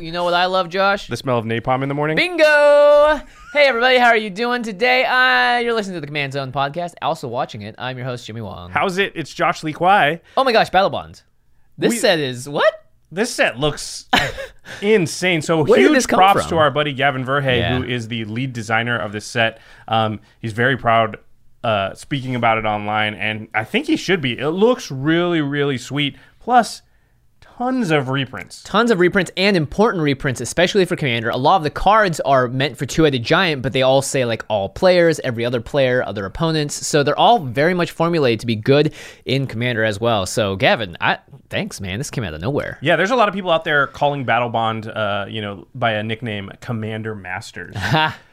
You know what I love, Josh? The smell of napalm in the morning. Bingo! Hey, everybody, how are you doing today? Uh, you're listening to the Command Zone podcast, also watching it. I'm your host, Jimmy Wong. How's it? It's Josh Lee Kwai. Oh my gosh, Battle Bond. This We- set is what? This set looks insane. So Where did huge this come props from? to our buddy Gavin Verhey, Yeah. who is the lead designer of this set. Um, he's very proud. Uh, speaking about it online, and I think he should be. It looks really, really sweet. Plus, tons of reprints. Tons of reprints and important reprints, especially for Commander. A lot of the cards are meant for Two Headed Giant, but they all say like all players, every other player, other opponents. So they're all very much formulated to be good in Commander as well. So Gavin, I thanks, man. This came out of nowhere. Yeah, there's a lot of people out there calling Battle Bond, uh, you know, by a nickname Commander Masters.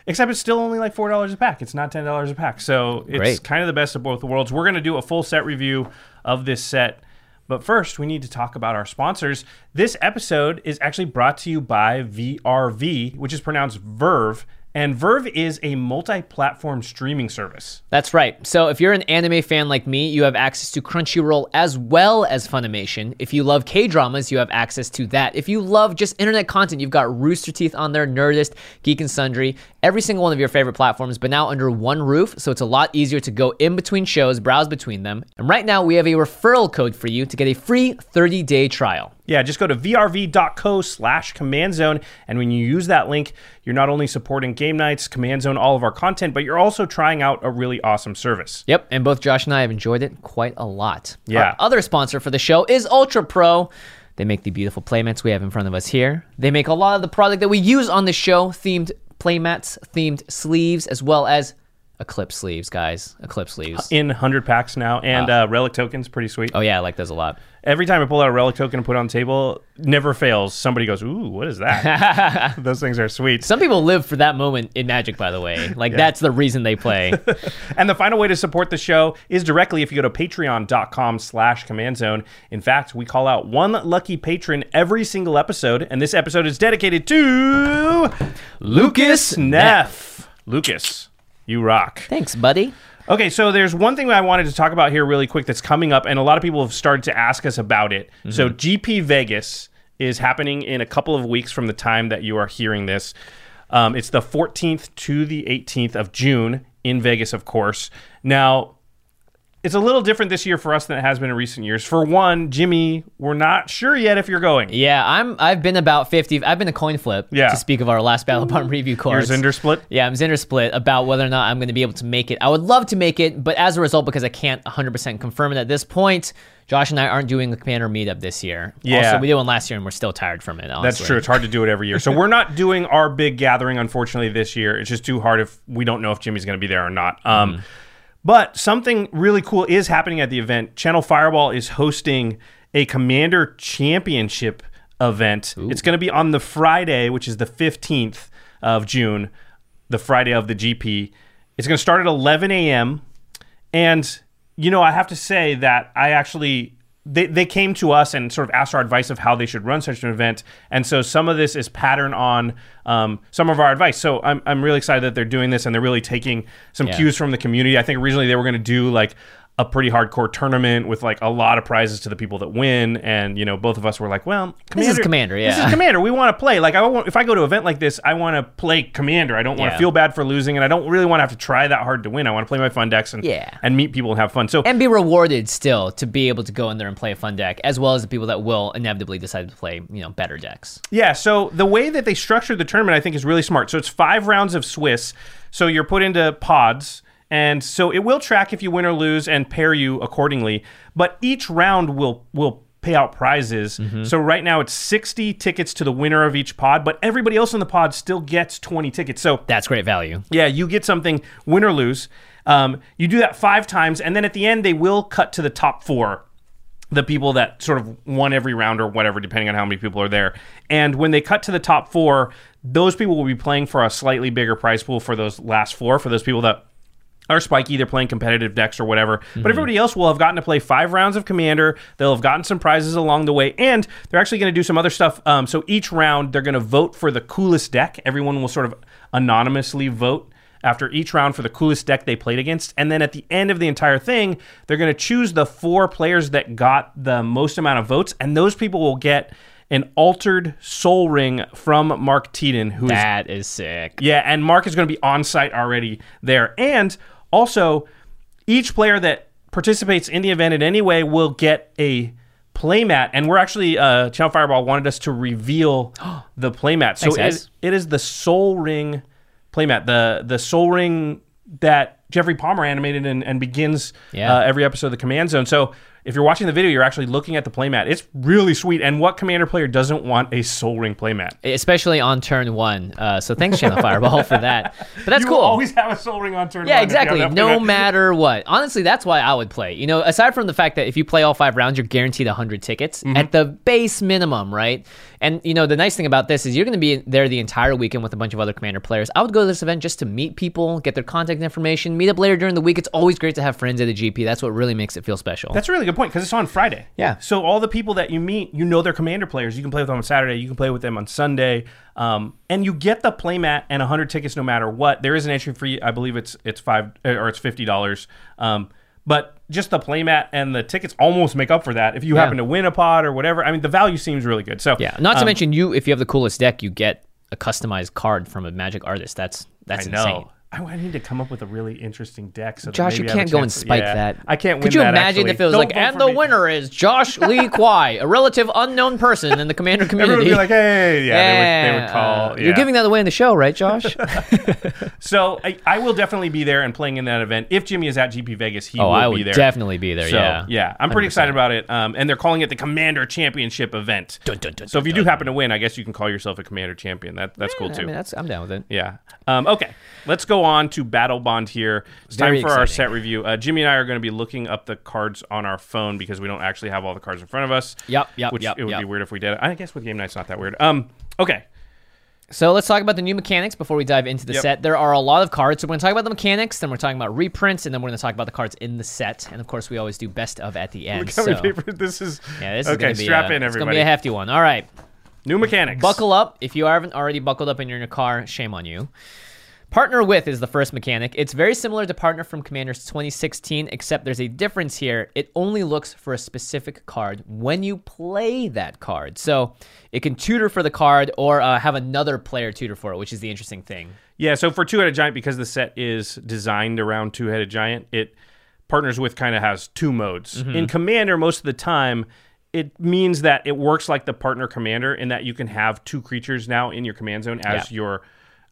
Except it's still only like four dollars a pack. It's not ten dollars a pack. So it's Great. kind of the best of both worlds. We're gonna do a full set review of this set. But first, we need to talk about our sponsors. This episode is actually brought to you by VRV, which is pronounced Verve. And Verve is a multi platform streaming service. That's right. So if you're an anime fan like me, you have access to Crunchyroll as well as Funimation. If you love K dramas, you have access to that. If you love just internet content, you've got Rooster Teeth on there, Nerdist, Geek and Sundry, every single one of your favorite platforms, but now under one roof. So it's a lot easier to go in between shows, browse between them. And right now, we have a referral code for you to get a free 30 day trial. Yeah, just go to vrv.co slash command zone. And when you use that link, you're not only supporting game nights, command zone, all of our content, but you're also trying out a really awesome service. Yep, and both Josh and I have enjoyed it quite a lot. Yeah. Our other sponsor for the show is Ultra Pro. They make the beautiful playmats we have in front of us here. They make a lot of the product that we use on the show, themed playmats, themed sleeves, as well as eclipse sleeves, guys. Eclipse sleeves. In 100 packs now, and uh, relic tokens, pretty sweet. Oh yeah, I like those a lot. Every time I pull out a relic token and put it on the table, never fails. Somebody goes, Ooh, what is that? Those things are sweet. Some people live for that moment in Magic, by the way. Like that's the reason they play. And the final way to support the show is directly if you go to patreon.com slash command zone. In fact, we call out one lucky patron every single episode, and this episode is dedicated to Lucas Neff. Lucas, you rock. Thanks, buddy. Okay, so there's one thing I wanted to talk about here really quick that's coming up, and a lot of people have started to ask us about it. So GP Vegas is happening in a couple of weeks from the time that you are hearing this. Um, it's the 14th to the 18th of June in Vegas, of course. Now, it's a little different this year for us than it has been in recent years. For one, Jimmy, we're not sure yet if you're going. Yeah, I'm. I've been about fifty. I've been a coin flip. Yeah. To speak of our last battle upon review Your cards. Zinder split. Yeah, I'm Zinder split about whether or not I'm going to be able to make it. I would love to make it, but as a result, because I can't 100% confirm it at this point, Josh and I aren't doing a commander meetup this year. Yeah. Also, we did one last year and we're still tired from it, honestly. That's true. It's hard to do it every year. So we're not doing our big gathering, unfortunately, this year. It's just too hard if we don't know if Jimmy's going to be there or not. Um, But something really cool is happening at the event. Channel Fireball is hosting a Commander Championship event. It's going to be on the Friday, which is the 15th of June, the Friday of the GP. It's going to start at 11 a.m. And, you know, I have to say that I actually, they, they came to us and sort of asked our advice of how they should run such an event. And so some of this is pattern on um, some of our advice. So I'm, I'm really excited that they're doing this and they're really taking some Yeah. cues from the community. I think originally they were going to do like, a pretty hardcore tournament with like a lot of prizes to the people that win, and you know both of us were like, "Well, This is Commander, this is yeah. commander we want to play like i want if i go to an event like this i want to play commander i don't want to Yeah. feel bad for losing and i don't really want to have to try that hard to win i want to play my fun decks and Yeah. and meet people and have fun so and be rewarded still to be able to go in there and play a fun deck, as well as the people that will inevitably decide to play, you know, better decks. yeah so the way that they structured the tournament i think is really smart so it's five rounds of swiss so you're put into pods and so it will track if you win or lose and pair you accordingly but each round will will pay out prizes so right now it's 60 tickets to the winner of each pod but everybody else in the pod still gets 20 tickets so That's great value. Yeah, you get something, win or lose. Um, you do that five times, and then at the end, they will cut to the top four, the people that sort of won every round or whatever, depending on how many people are there. And when they cut to the top four, those people will be playing for a slightly bigger prize pool for those last four, for those people that are spiky, they're playing competitive decks or whatever. But everybody else will have gotten to play five rounds of Commander. They'll have gotten some prizes along the way, and they're actually going to do some other stuff. Um, so each round, they're going to vote for the coolest deck. Everyone will sort of anonymously vote after each round for the coolest deck they played against. And then at the end of the entire thing, they're going to choose the four players that got the most amount of votes, and those people will get an altered soul ring from Mark Teton, who is That is sick. yeah, and Mark is going to be on site already there. And also, each player that participates in the event in any way will get a playmat. And we're actually, uh, Channel Fireball wanted us to reveal the playmat. So it, Thanks, guys. is- it is the Soul Ring playmat, the, the Soul Ring that Jeffrey Palmer animated and, and begins Yeah. uh, every episode of the Command Zone. So if you're watching the video, you're actually looking at the playmat. It's really sweet. And what Commander player doesn't want a Soul Ring playmat? Especially on turn one. Uh, so thanks, Channel Fireball, for that. But that's you cool. will always have a soul ring on turn. Yeah, one if you have exactly. that No playmat. matter what. Honestly, that's why I would play. You know, aside from the fact that if you play all five rounds, you're guaranteed 100 tickets Mm-hmm. at the base minimum, right? And, you know, the nice thing about this is you're going to be there the entire weekend with a bunch of other Commander players. I would go to this event just to meet people, get their contact information, meet up later during the week. It's always great to have friends at a GP. That's what really makes it feel special. That's a really good point because it's on Friday. Yeah. So all the people that you meet, you know they're commander players. You can play with them on Saturday. You can play with them on Sunday, um, and you get the playmat and 100 tickets no matter what. There is an entry fee. I believe it's it's five eh, or it's fifty dollars. Um, but just the playmat and the tickets almost make up for that if you Yeah. happen to win a pod or whatever. I mean, the value seems really good. So yeah. Not to um, mention, you, if you have the coolest deck, you get a customized card from a magic artist. That's, that's I insane. know. I, I need to come up with a really interesting deck. So that Josh, you maybe I have a can't go and chance to- spike yeah. that. I can't. Could win you that, imagine actually. if it was Don't like, vote and for the me." winner is Josh Lee Kwai, a relative unknown person in the commander Everyone community? would be like, hey, yeah, they would, they would call. Uh, yeah. You're giving that away in the show, right, Josh? So I, I will definitely be there and playing in that event. If Jimmy is at GP Vegas, he oh, will I be would there. definitely be there. So, yeah, yeah, I'm pretty excited about it. Um, and they're calling it the Commander Championship event. Dun, dun, dun, so if you dun, do happen to win, I guess you can call yourself a Commander Champion. That that's cool I too. mean, that's, I'm down with it. yeah. Um, okay, let's go on to Battle Bond here. It's Very time for our exciting. set review. Uh, Jimmy and I are going to be looking up the cards on our phone because we don't actually have all the cards in front of us. Yep, yep, Which yep, it would yep. be weird if we did. I guess with game night's not that weird. Um, okay. So let's talk about the new mechanics before we dive into the Yep. set. There are a lot of cards. So we're going to talk about the mechanics, then we're talking about reprints, and then we're going to talk about the cards in the set. And of course, we always do best of at the end. Look how many so- papers- This is Yeah, this is okay. gonna be strap a, in, It's going to everybody. be a hefty one. All right. New mechanics. Buckle up. If you haven't already buckled up and you're in your car, shame on you. Partner with is the first mechanic. It's very similar to Partner from Commanders 2016, except there's a difference here. It only looks for a specific card when you play that card. So it can tutor for the card or uh, have another player tutor for it, which is the interesting thing. Yeah, so for Two Headed Giant, because the set is designed around Two Headed Giant, it partners with kind of has two modes. Mm-hmm. In Commander, most of the time, it means that it works like the partner commander in that you can have two creatures now in your command zone as Yeah. your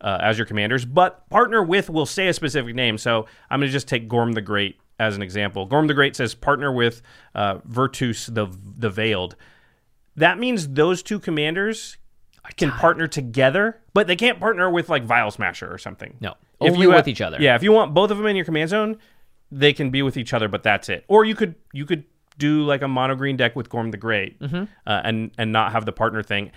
uh, as your commanders. But partner with will say a specific name. So I'm going to just take Gorm the Great as an example. Gorm the Great says partner with uh, Virtus the the Veiled. That means those two commanders can partner together, but they can't partner with like Vile Smasher or something. No. Only ha- with each other. Yeah, if you want both of them in your command zone, they can be with each other, but that's it. Or you could you Mm-hmm. could do like a mono green deck with Gorm the Great uh, and and not have the partner thing.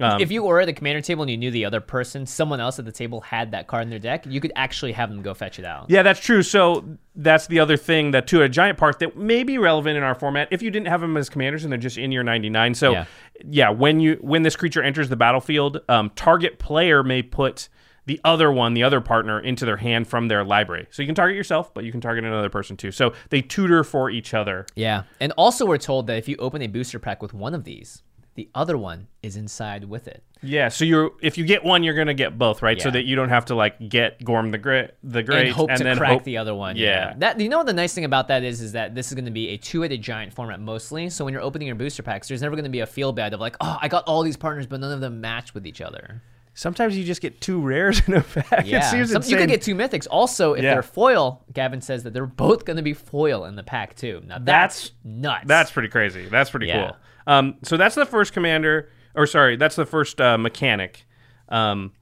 if you were at the commander table and you knew the other person, someone else at the table had that card in their deck, you could actually have them go fetch it out. Yeah, that's true. So that's the other thing that to a giant part that may be relevant in our format if you didn't have them as commanders and they're just in your 99. So Yeah. yeah, when you when this creature enters the battlefield, um, target player may put the other one, the other partner, into their hand from their library. So you can target yourself, but you can target another person too. So they tutor for each other. Yeah. And also, we're told that if you open a booster pack with one of these, the other one is inside with it. Yeah. So you're if you get one, you're gonna get both, right? So Yeah. that you don't have to like get Gorm the Great, the Great, and hope to then crack hope- the other one. Yeah. That you know what the nice thing about that is is that this is going to be a two-headed giant format mostly. So when you're opening your booster packs, there's never going to be a feel bad of like, oh, I got all these partners, but none of them match with each other. Sometimes you just get two rares in a pack. Yeah. it seems Some- you insane. could get two mythics. Also, if Yeah. they're foil, Gavin says that they're both going to be foil in the pack too. Now that's, That's- nuts. That's pretty crazy. That's pretty Yeah. cool. Um, so that's the first commander, or sorry, that's the first uh, mechanic. Um,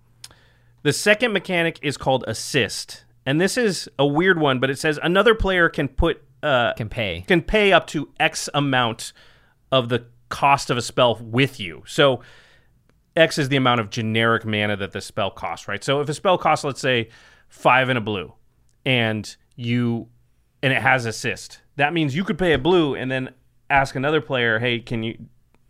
the second mechanic is called assist, and this is a weird one, but it says another player can put uh, can pay. can pay up to X amount of the cost of a spell with you. So X is the amount of generic mana that the spell costs, right? So if a spell costs, let's say, five and a blue, and you and it has assist, that means you could pay a blue and then ask another player, hey, can you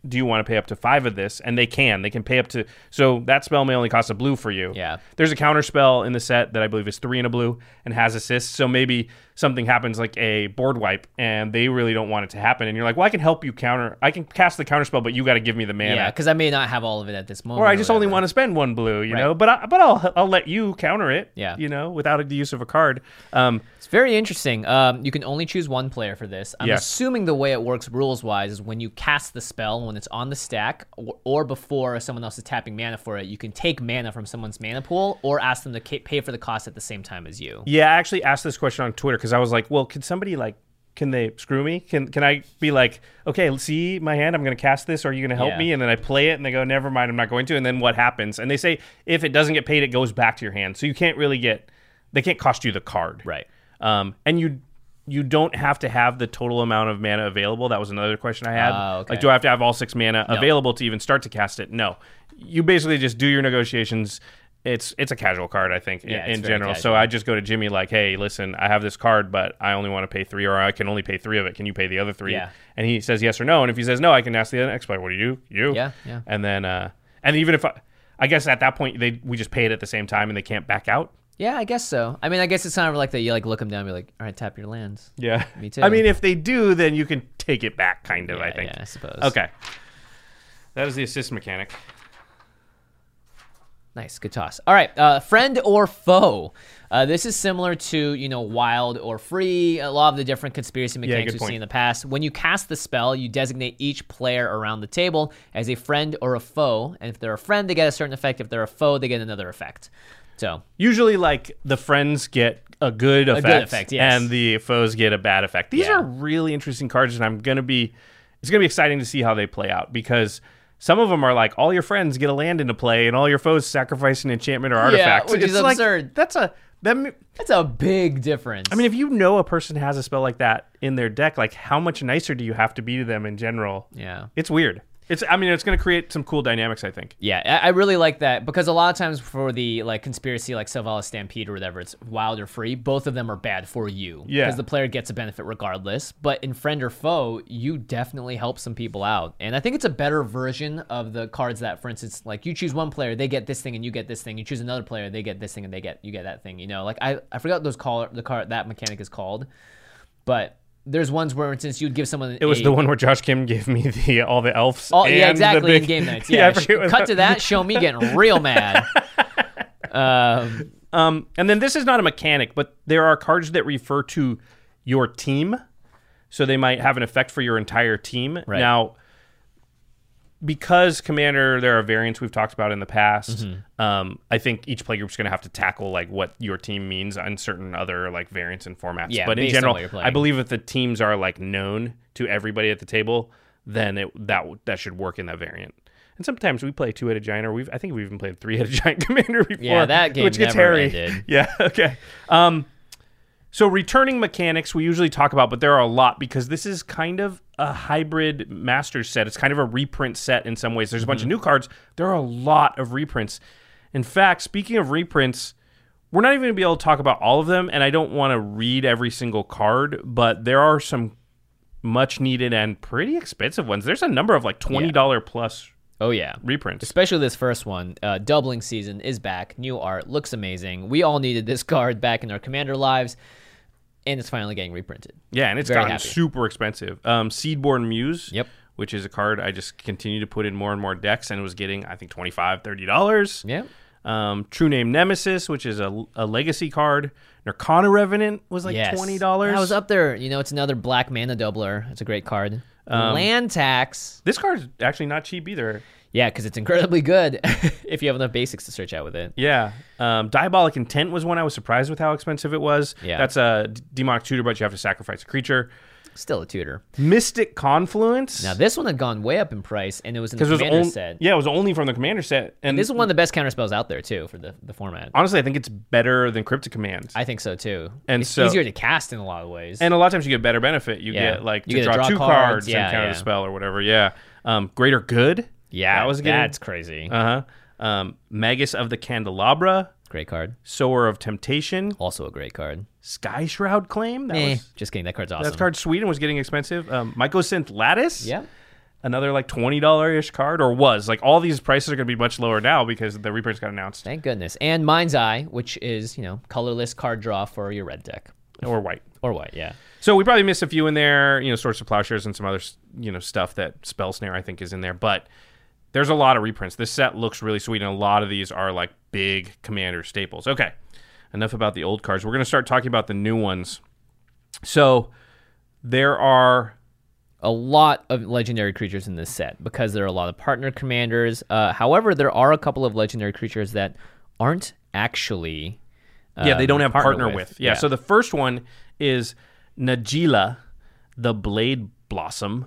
do you want to pay up to five of this? And they can. They can pay up to so that spell may only cost a blue for you. Yeah. There's a counter spell in the set that I believe is three and a blue and has assists. So maybe something happens like a board wipe and they really don't want it to happen. And you're like, well, I can help you counter. I can cast the counter spell, but you got to give me the mana. Yeah, because I may not have all of it at this moment. or I just only whatever. want to spend one blue, you know. But I, but I'll I'll let you counter it. Yeah. You know, without the use of a card. Um, It's very interesting. Um, you can only choose one player for this. I'm Yeah. assuming the way it works rules wise is when you cast the spell, when it's on the stack, or, or before someone else is tapping mana for it, you can take mana from someone's mana pool or ask them to ca- pay for the cost at the same time as you. Yeah, I actually asked this question on Twitter because I was like, well, can somebody like, can they screw me? Can can I be like, okay, see my hand, I'm going to cast this. Are you going to help Yeah. me? And then I play it, and they go, never mind, I'm not going to. And then what happens? And they say, if it doesn't get paid, it goes back to your hand. So you can't really get, they can't cost you the card, Right. Um, and you you don't have to have the total amount of mana available. That was another question I had. Ah, okay. Like, do I have to have all six mana available to even start to cast it? No, you basically just do your negotiations. It's it's a casual card, I think, in- Yeah, it's in, very general. casual. So I just go to Jimmy like, hey, listen, I have this card, but I only want to pay three, or I can only pay three of it. Can you pay the other three? Yeah. And he says yes or no. And if he says no, I can ask the next player, what do you? You? Yeah, yeah. And then uh, and even if I, I guess at that point they we just pay it at the same time and they can't back out. Yeah, I guess so. I mean, I guess it's kind of like that. You like look them down and be like, all right, tap your lands. Yeah. Me too. I mean, if they do, then you can take it back, kind of, I Yeah, think. yeah, I suppose. Okay. That is the assist mechanic. Nice, good toss. All right, uh, friend or foe. Uh, this is similar to you know wild or free. A lot of the different conspiracy mechanics good we've point. seen in the past. When you cast the spell, you designate each player around the table as a friend or a foe, and if they're a friend, they get a certain effect. If they're a foe, they get another effect. So Usually, like, the friends get a good effect, effect, yes. and the foes get a bad effect. These Yeah. are really interesting cards, and I'm going to be, it's going to be exciting to see how they play out because. Some of them are like all your friends get a land into play, and all your foes sacrifice an enchantment or artifact. which is It's like- absurd. That's a that that's a big difference. I mean, if you know a person has a spell like that in their deck, like how much nicer do you have to be to them in general? Yeah. it's weird. It's I mean, it's going to create some cool dynamics. I think. Yeah, I, I really like that because a lot of times for the like conspiracy, like Silvala Stampede or whatever, it's wild or free. Both of them are bad for you. Yeah. Because the player gets a benefit regardless. But in friend or foe, you definitely help some people out. And I think it's a better version of the cards that, for instance, like you choose one player, they get this thing and you get this thing. You choose another player, they get this thing and they get you get that thing. You know, like I I forgot those call the card that mechanic is called, but. There's ones where, for instance, you'd give someone It was a, the one where Josh Kim gave me the all the elves. Oh and yeah, the exactly. big- in game nights. Yeah, I sh- forget what cut to that. Show me getting real mad. Um, Um, and then this is not a mechanic, but there are cards that refer to your team, so they might have an effect for your entire team. Right. Now, because commander, there are variants we've talked about in the past. Mm-hmm. Um, I think each playgroup's going to have to tackle like what your team means on certain other like variants and formats. Yeah, but in based on general, what you're playing. I believe if the teams are like known to everybody at the table, then it that that should work in that variant. And sometimes we play two-headed giant, or we've I think we've even played three-headed giant commander before. Yeah, that game which gets never hairy. ended. Yeah. Okay. Um, So returning mechanics we usually talk about, but there are a lot because this is kind of a hybrid master set. It's kind of a reprint set in some ways. There's a bunch of new cards. There are a lot of reprints. In fact, speaking of reprints, we're not even going to be able to talk about all of them, and I don't want to read every single card, but there are some much needed and pretty expensive ones. There's a number of like twenty dollar plus Oh yeah. reprints. Especially this first one, uh, doubling season is back. New art looks amazing. We all needed this card back in our commander lives, and it's finally getting reprinted. Yeah, and it's Very gotten happy. super expensive. Um, Seedborn Muse. Yep. Which is a card I just continue to put in more and more decks, and it was getting I think 25 30 dollars. Yeah, Um, True Name Nemesis, which is a, a legacy card. Narcana Revenant was like Yes. twenty dollars. I was up there. You know, it's another black mana doubler. It's a great card. Um, Land tax. This card's actually not cheap either. Yeah, because it's incredibly good if you have enough basics to search out with it. Yeah. Um, Diabolic Intent was one I was surprised with how expensive it was. Yeah. That's a d- demonic tutor, but you have to sacrifice a creature. Still a tutor. Mystic Confluence. Now this one had gone way up in price, and it was in the because it was commander only set. yeah, it was only from the commander set, and This is one of the best counter spells out there too for the, the format. honestly, I think it's better than Cryptic Commands. I think so too. And it's so- easier to cast in a lot of ways. And a lot of times you get better benefit. You Yeah. get like You to get to draw, draw two cards, cards, yeah, and counter yeah. the spell or whatever. Yeah. Um, Greater Good. yeah, that was that's crazy. Uh huh. Um, Magus of the Candelabra, great card. Sower of Temptation, Also a great card. Sky Shroud Claim. That Eh, was just kidding. That card's awesome. that card Sweden was getting expensive. Um, Mycosynth Lattice. Yeah. Another like twenty dollar ish card or was like all these prices are going to be much lower now because the reprints got announced Thank goodness. And Mind's Eye, which is you know colorless card draw for your red deck or white. or white. Yeah. So we probably missed a few in there, you know, source of plowshares and some other, s- you know, stuff that spell snare I think is in there. But there's a lot of reprints. This set looks really sweet, and a lot of these are like big commander staples. Okay, enough about the old cards. We're gonna start talking about the new ones. So there are a lot of legendary creatures in this set because there are a lot of partner commanders. Uh, however, there are a couple of legendary creatures that aren't actually. yeah they don't um, have partner, with, Yeah, So the first one is Najila, the Blade Blossom.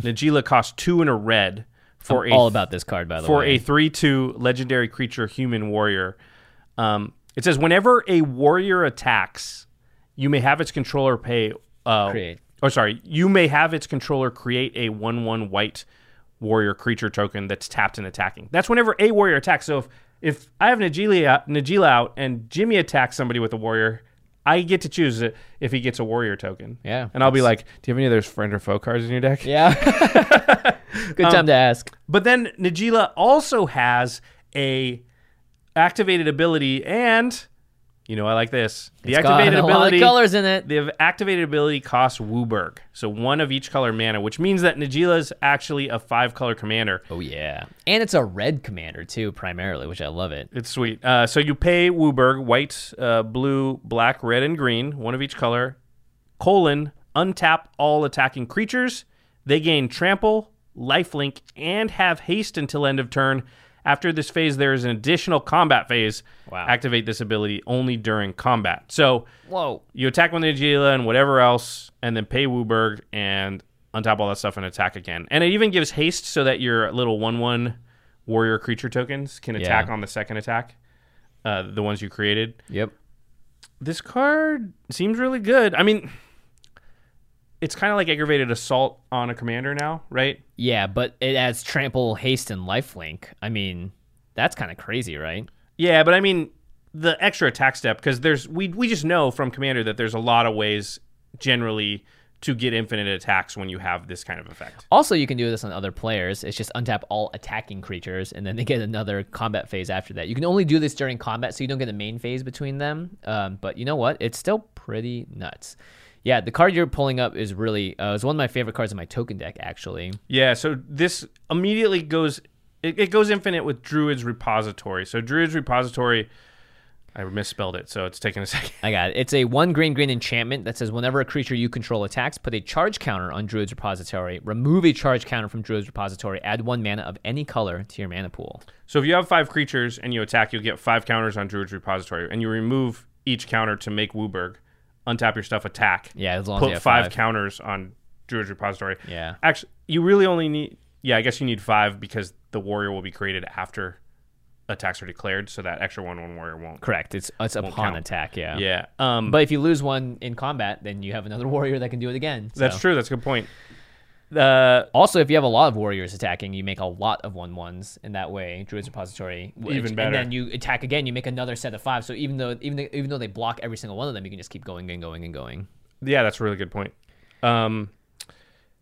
Najila costs two and a red for I'm a all about this card by the for way. a 3 2 legendary creature human warrior. Um, it says whenever a warrior attacks, you may have its controller pay. Uh, Create. Or sorry, you may have its controller create a 1 1 white warrior creature token that's tapped and attacking. That's whenever a warrior attacks. So if, if I have Najila out, Najila out and Jimmy attacks somebody with a warrior, I get to choose it if he gets a warrior token. Yeah, And I'll be like, do you have any of those friend or foe cards in your deck? yeah. Good Um, time to ask. But then Najila also has a activated ability, and you know I like this. The It's got activated a lot ability of colors in it. The activated ability costs Wooburg, so one of each color mana, which means that Najila is actually a five color commander. Oh yeah, and it's a red commander too, primarily, which I love it. It's sweet. Uh, so you pay Wooburg white, uh, blue, black, red, and green, one of each color. Colon untap all attacking creatures. They gain trample, lifelink, and have haste until end of turn. After this phase, there is an additional combat phase. Wow. Activate this ability only during combat. So Whoa, you attack with Najila and whatever else, and then pay Wooburg and untap all that stuff and attack again. And it even gives haste so that your little one-one warrior creature tokens can attack on the second attack, uh, the ones you created. yep. This card seems really good. I mean, it's kind of like aggravated assault on a commander now, right? Yeah, but it adds trample, haste, and lifelink. I mean, that's kind of crazy, right? Yeah, but I mean the extra attack step because there's we we just know from commander that there's a lot of ways generally to get infinite attacks when you have this kind of effect. Also, you can do this on other players. It's just untap all attacking creatures, and then they get another combat phase after that. You can only do this during combat, so you don't get a main phase between them. Um, but you know what? It's still pretty nuts. Yeah, the card you're pulling up is really uh, is one of my favorite cards in my token deck, actually. Yeah, so this immediately goes it, it goes infinite with Druid's repository. So Druid's repository I misspelled it, so it's taking a second. I got it. It's a one green green enchantment that says whenever a creature you control attacks, put a charge counter on Druid's repository. Remove a charge counter from Druid's repository. Add one mana of any color to your mana pool. So if you have five creatures and you attack, you'll get five counters on Druid's repository, and you remove each counter to make Wooburg. Untap your stuff, attack. Yeah, as long as put you have five, five. counters on Druid's repository. Yeah. Actually you really only need yeah, I guess you need five because the warrior will be created after attacks are declared, so that extra one one warrior won't. Correct. It's it's Won't upon count. attack. Yeah. Yeah. Um, But if you lose one in combat, then you have another warrior that can do it again. that's so. true. That's a good point. Uh, Also, if you have a lot of warriors attacking, you make a lot of one ones in that way. Druid's Repository, which- Even better. And then you attack again. You make another set of five. So even though even though, even though they block every single one of them, you can just keep going and going and going. Yeah, that's a really good point. Um,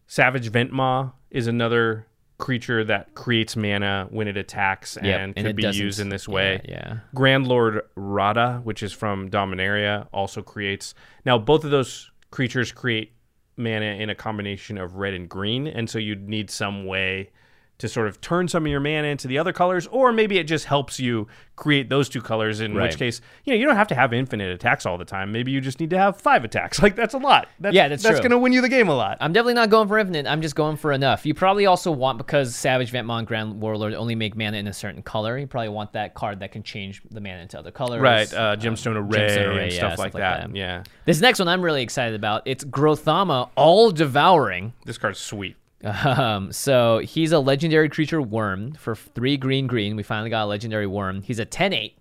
Savage Ventmaw is another creature that creates mana when it attacks and Yep, could it be doesn't- used in this way. Yeah. yeah. Grand Lord Rada, which is from Dominaria, also creates. Now, both of those creatures create mana in a combination of red and green, and so you'd need some way to sort of turn some of your mana into the other colors, or maybe it just helps you create those two colors. In which Right. case, you know, you don't have to have infinite attacks all the time. Maybe you just need to have five attacks. Like that's a lot. That's, Yeah, that's that's true. going to win you the game a lot. I'm definitely not going for infinite. I'm just going for enough. You probably also want because Savage Ventmon and Grand Warlord only make mana in a certain color. You probably want that card that can change the mana into other colors. Right, uh, gemstone array, Gemstone Array, and yeah, stuff, like, that. Yeah, This next one I'm really excited about. It's Grothama, all devouring. this card's sweet. Um, so he's a legendary creature worm for three green green. We finally got a legendary worm. He's a 10 8.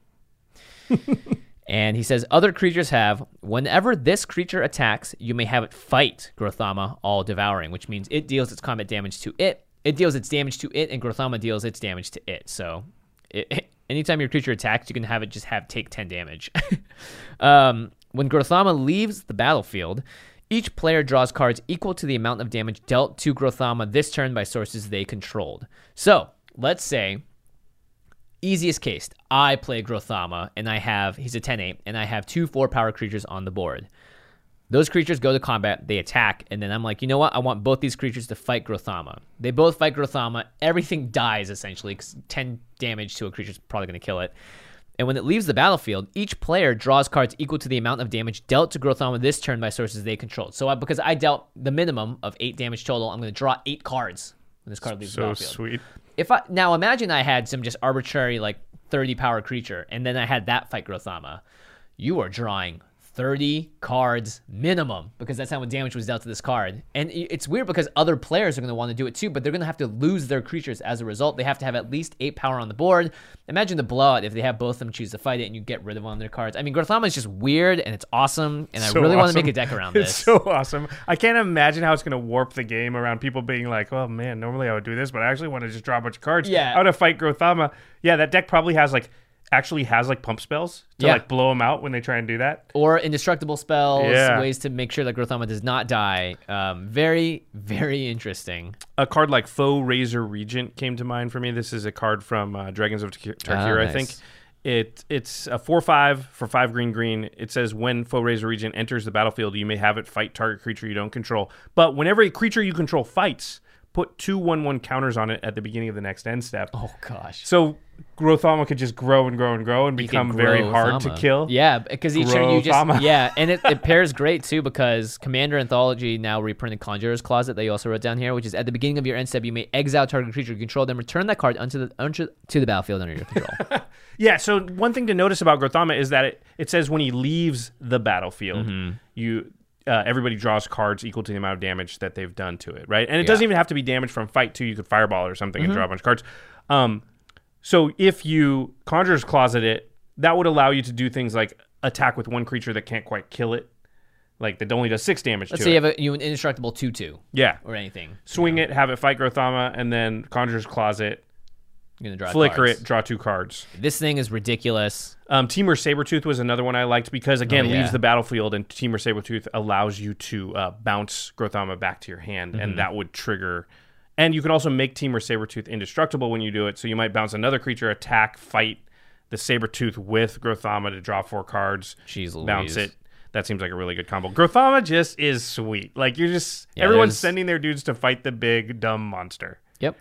and he says other creatures have whenever this creature attacks, you may have it fight Grothama all devouring, which means it deals its combat damage to it. It deals its damage to it, and Grothama deals its damage to it. So it, anytime your creature attacks, you can have it just have take 10 damage. Um, when Grothama leaves the battlefield, each player draws cards equal to the amount of damage dealt to Grothama this turn by sources they controlled. So, let's say, easiest case, I play Grothama and I have, he's a 10 8, and I have two 4 power creatures on the board. Those creatures go to combat, they attack, and then I'm like, you know what? I want both these creatures to fight Grothama. They both fight Grothama. Everything dies essentially because 10 damage to a creature is probably going to kill it. And when it leaves the battlefield, each player draws cards equal to the amount of damage dealt to Grothama this turn by sources they controlled. So I, because I dealt the minimum of eight damage total, I'm going to draw eight cards when this card leaves So the battlefield sweet. if I now imagine I had some just arbitrary like 30 power creature and then I had that fight Grothama, you are drawing 30 cards minimum because that's how much damage was dealt to this card. And i- it's weird because other players are going to want to do it too, but they're going to have to lose their creatures as a result. They have to have at least 8 power on the board. Imagine the blowout if they have both of them choose to fight it and you get rid of one of their cards. I mean, Grothama is just weird and it's awesome and I so really want to awesome. make a deck around it's this. so awesome. I can't imagine how it's going to warp the game around people being like, "Oh man, normally I would do this, but I actually want to just draw a bunch of cards. Yeah. I want to fight Grothama. Yeah, that deck probably has like actually has like pump spells to Yeah. like blow them out when they try and do that. or indestructible spells, Yeah. ways to make sure that Grothama does not die. Um, very, very interesting. A card like Foe Razor Regent came to mind for me. This is a card from uh, Dragons of Tarkir, Tarkir, I Ah, nice. think. It it's a four five for five green green. It says when Foe Razor Regent enters the battlefield, you may have it fight target creature you don't control. But whenever a creature you control fights, put two one one counters on it at the beginning of the next end step. Oh gosh. So Grothama could just grow and grow and grow and You can become very grow hard to Thama. kill. Yeah, because each turn Grow you just Thama. yeah, and it, it pairs great too because Commander Anthology now reprinted Conjurer's Closet that you also wrote down here, which is at the beginning of your end step you may exile target creature you control, then return that card onto the onto to the battlefield under your control. Yeah, so one thing to notice about Grothama is that it, it says when he leaves the battlefield, you uh, everybody draws cards equal to the amount of damage that they've done to it, right? And it doesn't even have to be damage from fight two. You could fireball it or something and draw a bunch of cards. Um, so if you Conjurer's Closet it, that would allow you to do things like attack with one creature that can't quite kill it, like that only does six damage Let's to say it. you have a, you have an indestructible two two yeah. or anything. Swing it, have it fight Grothama, and then Conjurer's Closet, You're gonna draw flicker cards. it, draw two cards. This thing is ridiculous. Um, Teamer Sabretooth was another one I liked because, again, Oh, yeah. leaves the battlefield, and Teamer Sabretooth allows you to uh, bounce Grothama back to your hand, Mhm. and that would trigger. And you can also make Teamer Sabretooth indestructible when you do it, so you might bounce another creature, attack, fight the Sabretooth with Grothama to draw four cards, Jeez Louise. bounce it. That seems like a really good combo. Grothama just is sweet. Like, you're just, Yeah, everyone's there's- sending their dudes to fight the big, dumb monster. Yep.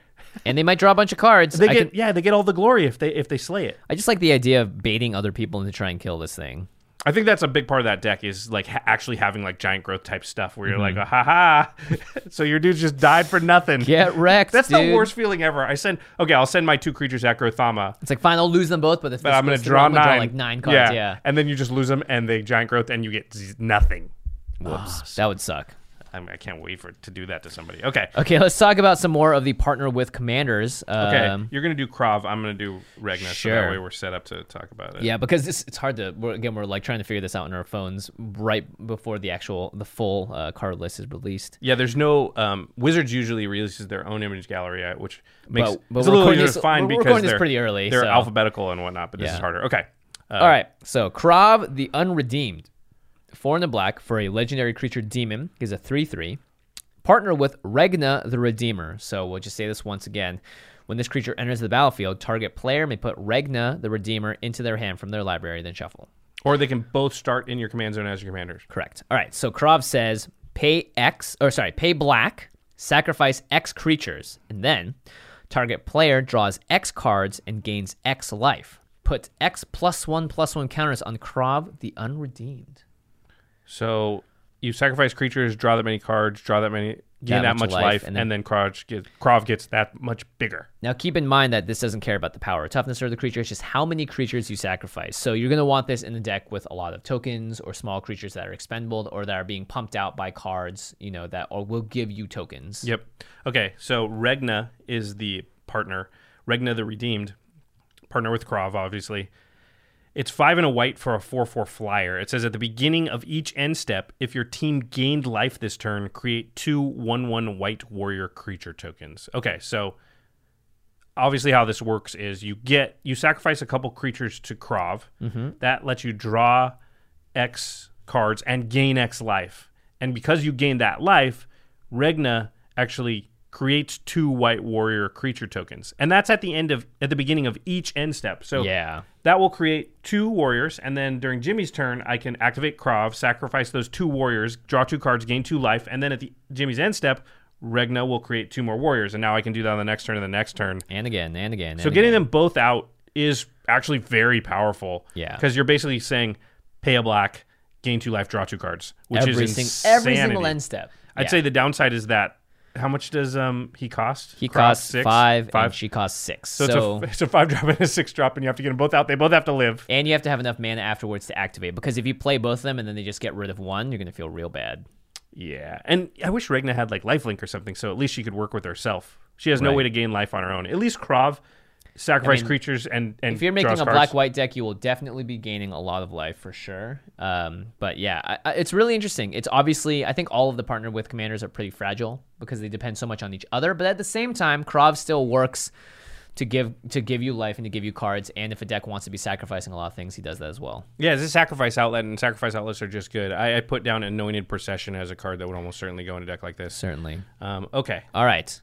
And they might draw a bunch of cards. They I, get, can- yeah, they get all the glory if they if they slay it. I just like the idea of baiting other people into try and kill this thing. I think that's a big part of that deck is like ha- actually having like giant growth type stuff where you're like, Mm-hmm. ha ha, so your dude just died for nothing. Get wrecked. that's the dude. worst feeling ever. I send okay, I'll send my two creatures at Grothama, It's like fine, I'll lose them both, but if but this I'm gonna goes through, draw I'm nine, gonna draw like nine cards. Yeah, and then you just lose them and they giant growth and you get z- nothing. Ah. Whoops, that would suck. I, mean, I can't wait for to do that to somebody. Okay. Okay, let's talk about some more of the partner with commanders. Okay. Um, You're gonna do Krav. I'm gonna do Regna. So Sure. that way we're set up to talk about it. Yeah, because this it's hard to we're, again we're like trying to figure this out on our phones right before the actual the full uh, card list is released. Yeah, there's no um, Wizards usually releases their own image gallery, uh, which makes But- but it's a we're little recording easier this- to find we're because recording this they're pretty early, They're so- alphabetical and whatnot, but this Yeah. is harder. Okay. Uh, All right, so Krav the Unredeemed, four and a black for a legendary creature demon is a three three. Partner with Regna the Redeemer. So we'll just say this once again. When this creature enters the battlefield, target player may put Regna the Redeemer into their hand from their library, then shuffle. Or they can both start in your command zone as your commanders. Correct. All right. So Krav says pay X, or sorry, pay black, sacrifice X creatures, and then target player draws X cards and gains X life. Put X plus one plus one counters on Krav the Unredeemed. So you sacrifice creatures, draw that many cards, draw that many, gain that, much, life, and then, Krav, gets, Krav gets that much bigger. Now keep in mind that this doesn't care about the power or toughness of the creature, it's just how many creatures you sacrifice. So you're going to want this in the deck with a lot of tokens or small creatures that are expendable or that are being pumped out by cards, you know, that or will give you tokens. Yep. Okay. So Regna is the partner. Regna the Redeemed, partner with Krav, obviously. It's five and a white for a 4 4 flyer. It says at the beginning of each end step, if your team gained life this turn, create two 1 1 white warrior creature tokens. Okay. So obviously, how this works is you get, you sacrifice a couple creatures to Krav. That lets you draw X cards and gain X life. And because you gain that life, Regna actually creates two white warrior creature tokens. And that's at the end of at the beginning of each end step. So Yeah. that will create two warriors, and then during Jimmy's turn, I can activate Krav, sacrifice those two warriors, draw two cards, gain two life, and then at the Jimmy's end step, Regna will create two more warriors, and now I can do that on the next turn and the next turn. And again, and again. So getting them both out is actually very powerful. Yeah. Because you're basically saying pay a black, gain two life, draw two cards, which every, is sing- every single insanity. end step. I'd Yeah. say the downside is that how much does um he cost? he Cross costs six? five, and Five. she costs six. so, So, it's a, it's a five drop and a six drop, and you have to get them both out. They both have to live. and you have to have enough mana afterwards to activate because if you play both of them and then they just get rid of one, you're gonna feel real bad. Yeah, and I wish Regna had like lifelink or something, so at least she could work with herself. She has no Right. way to gain life on her own. At least Krav sacrifice mean, creatures and and If you're draws making a cards. black white deck, you will definitely be gaining a lot of life for sure. Um, but yeah, I, I- it's really interesting. It's obviously I think all of the partner with commanders are pretty fragile because they depend so much on each other. But at the same time, Krav still works to give to give you life and to give you cards. And if a deck wants to be sacrificing a lot of things, he does that as well. Yeah, it's a sacrifice outlet, and sacrifice outlets are just good. I, I put down Anointed Procession as a card that would almost certainly go in a deck like this. Certainly. Um, okay. All right.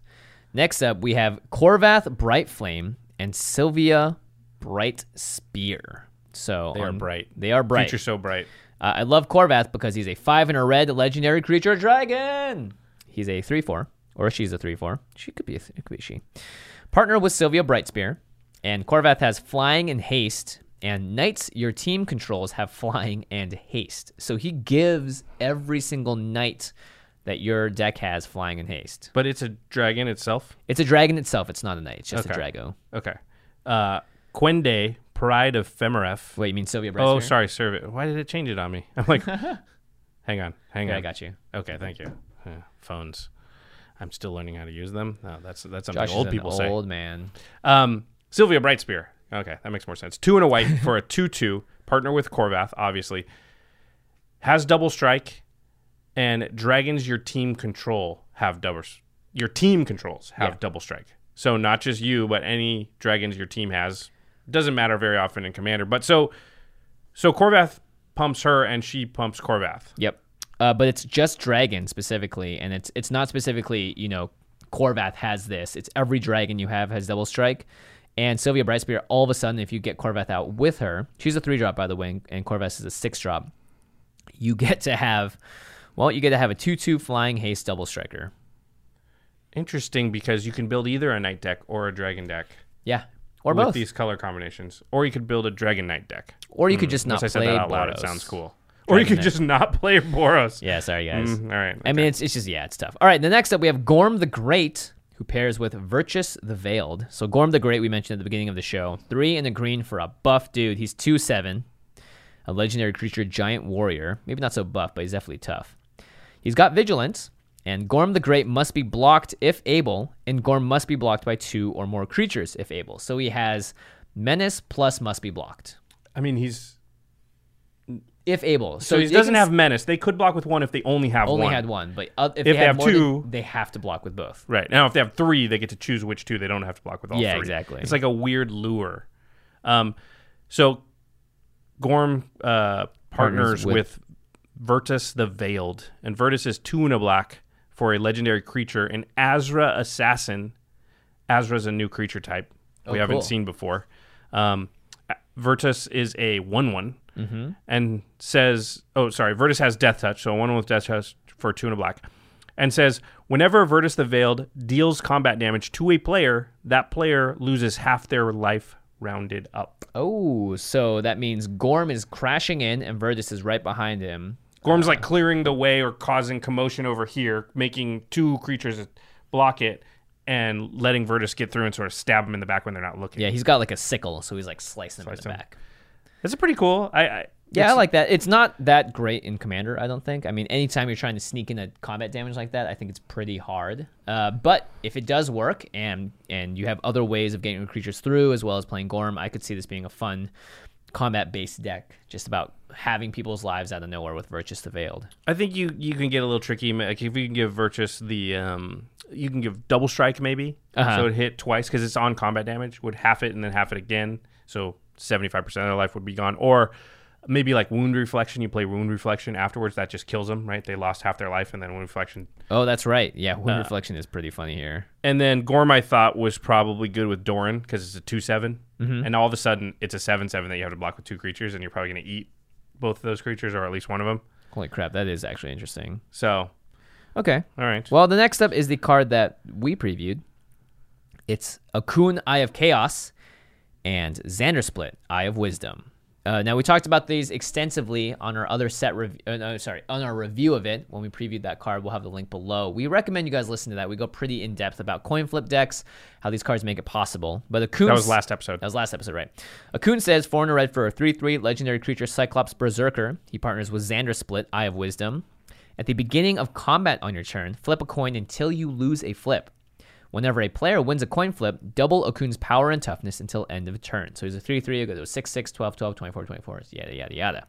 Next up, we have Corvath Bright Flame and Sylvia Bright Spear. So They are on- bright. They are bright. Future so bright. Uh, I love Corvath because he's a five and a red legendary creature dragon. He's a three four, or she's a three four. She could be. A th- it could be she. Partner with Sylvia Brightspear, and Corvath has flying and haste. And knights your team controls have flying and haste. So he gives every single knight that your deck has flying and haste. But it's a dragon itself. It's a dragon itself. It's not a knight. It's just a Okay. drago. Okay. Uh, Quende, Pride of Femeref. Wait, you mean Sylvia Brightspear? oh, sorry, servant. Why did it change it on me? I'm like, hang on, hang Yeah, on. I got you. Okay, thank you. Yeah, phones. I'm still learning how to use them. No, that's that's something Josh old is people an say. old man. Um, Sylvia Brightspear. Okay, that makes more sense. Two and a white for a two-two. Partner with Corvath, obviously. Has double strike, and dragons your team control have double. Your team controls have Yeah. double strike. So not just you, but any dragons your team has doesn't matter very often in commander. But so, so Corvath pumps her, and she pumps Corvath. Yep. Uh, but it's just dragon specifically, and it's it's not specifically you know Corvath has this. It's every dragon you have has double strike, and Sylvia Brightspear. All of a sudden, if you get Corvath out with her, she's a three drop by the way, and- and Corvath is a six drop. You get to have, well, you get to have a two two flying haste double striker. Interesting because you can build either a knight deck or a dragon deck Yeah, or with both, these color combinations, or you could build a dragon knight deck. or you could just not Once I said play that out loud, it Boros. sounds cool. Or you could Knight. just not play Boros. Yeah, sorry guys. Mm, all right. I mean, it's, it's just, yeah, it's tough. All right, the next up, we have Gorm the Great, who pairs with Virtus the Veiled. So, Gorm the Great, we mentioned at the beginning of the show. Three in the green for a buff dude. He's 2 7, a legendary creature, giant warrior. Maybe not so buff, but he's definitely tough. He's got vigilance, And Gorm the Great must be blocked if able, and Gorm must be blocked by two or more creatures if able. So he has menace plus must be blocked I mean, he's if able. so, he it doesn't can have menace. They could block with one if they only have only one. had one, but uh, if, If they, they have have more than- two- they have to block with both. Right. Now, if they have three, they get to choose which two. They don't have to block with all Yeah, three. exactly. It's like a weird lure. Um, so Gorm uh, partners Partners with- with, Vertus the Veiled. And Vertus is two and a black for a legendary creature. And Azra Assassin. Azra's a new creature type we Oh, haven't cool. seen before. Um, A- Vertus is a 1 one Mm-hmm. and says, oh, sorry, Vertus has Death Touch, so 1 1 with Death Touch for 2 and a black. And says, whenever Vertus the Veiled deals combat damage to a player, that player loses half their life rounded up. Oh, so that means Gorm is crashing in and Vertus is right behind him. Gorm's like clearing the way or causing commotion over here, making two creatures block it and letting Vertus get through and sort of stab them in the back when they're not looking. Yeah, he's got like a sickle, so he's like slicing him in the Slicing. back. It's pretty cool. I, I Yeah, I like that. It's not that great in Commander, I don't think. I mean, anytime you're trying to sneak in a combat damage like that, I think it's pretty hard. Uh, but if it does work, and and you have other ways of getting your creatures through, as well as playing Gorm, I could see this being a fun combat-based deck, just about having people's lives out of nowhere with Virtus the Veiled. I think you you can get a little tricky. Like if you can give Virtus the um, you can give double strike maybe, Uh-huh. so it hit twice because it's on combat damage. Would half it and then half it again, so seventy five percent of their life would be gone. Or maybe like wound reflection. You play wound reflection afterwards. That just kills them, right? They lost half their life and then wound reflection. Oh, that's right. Yeah, Wind Reflection is pretty funny here. And then Gorm I thought was probably good with Doran because it's a two Mm-hmm. and all of a sudden it's a seven seven that you have to block with two creatures, and you're probably going to eat both of those creatures or at least one of them. Holy crap, that is actually interesting. So Okay. all right, Well, the next up is the card that we previewed. It's Akun, Eye of Chaos, and Xander Split, Eye of Wisdom. Uh, now we talked about these extensively on our other set review. Uh, no, sorry, on our review of it when we previewed that card. We'll have the link below. We recommend you guys listen to that. We go pretty in depth about coin flip decks, how these cards make it possible. But Akun that was last episode. that was last episode, right? Akun says Foreigner Red for a 3 3 legendary creature Cyclops Berserker. He partners with Xander Split, Eye of Wisdom. At the beginning of combat on your turn, flip a coin until you lose a flip. Whenever a player wins a coin flip, double Akun's power and toughness until end of turn. So he's a 3 3, it goes 6 6, 12 12, 24 24, yada, yada, yada.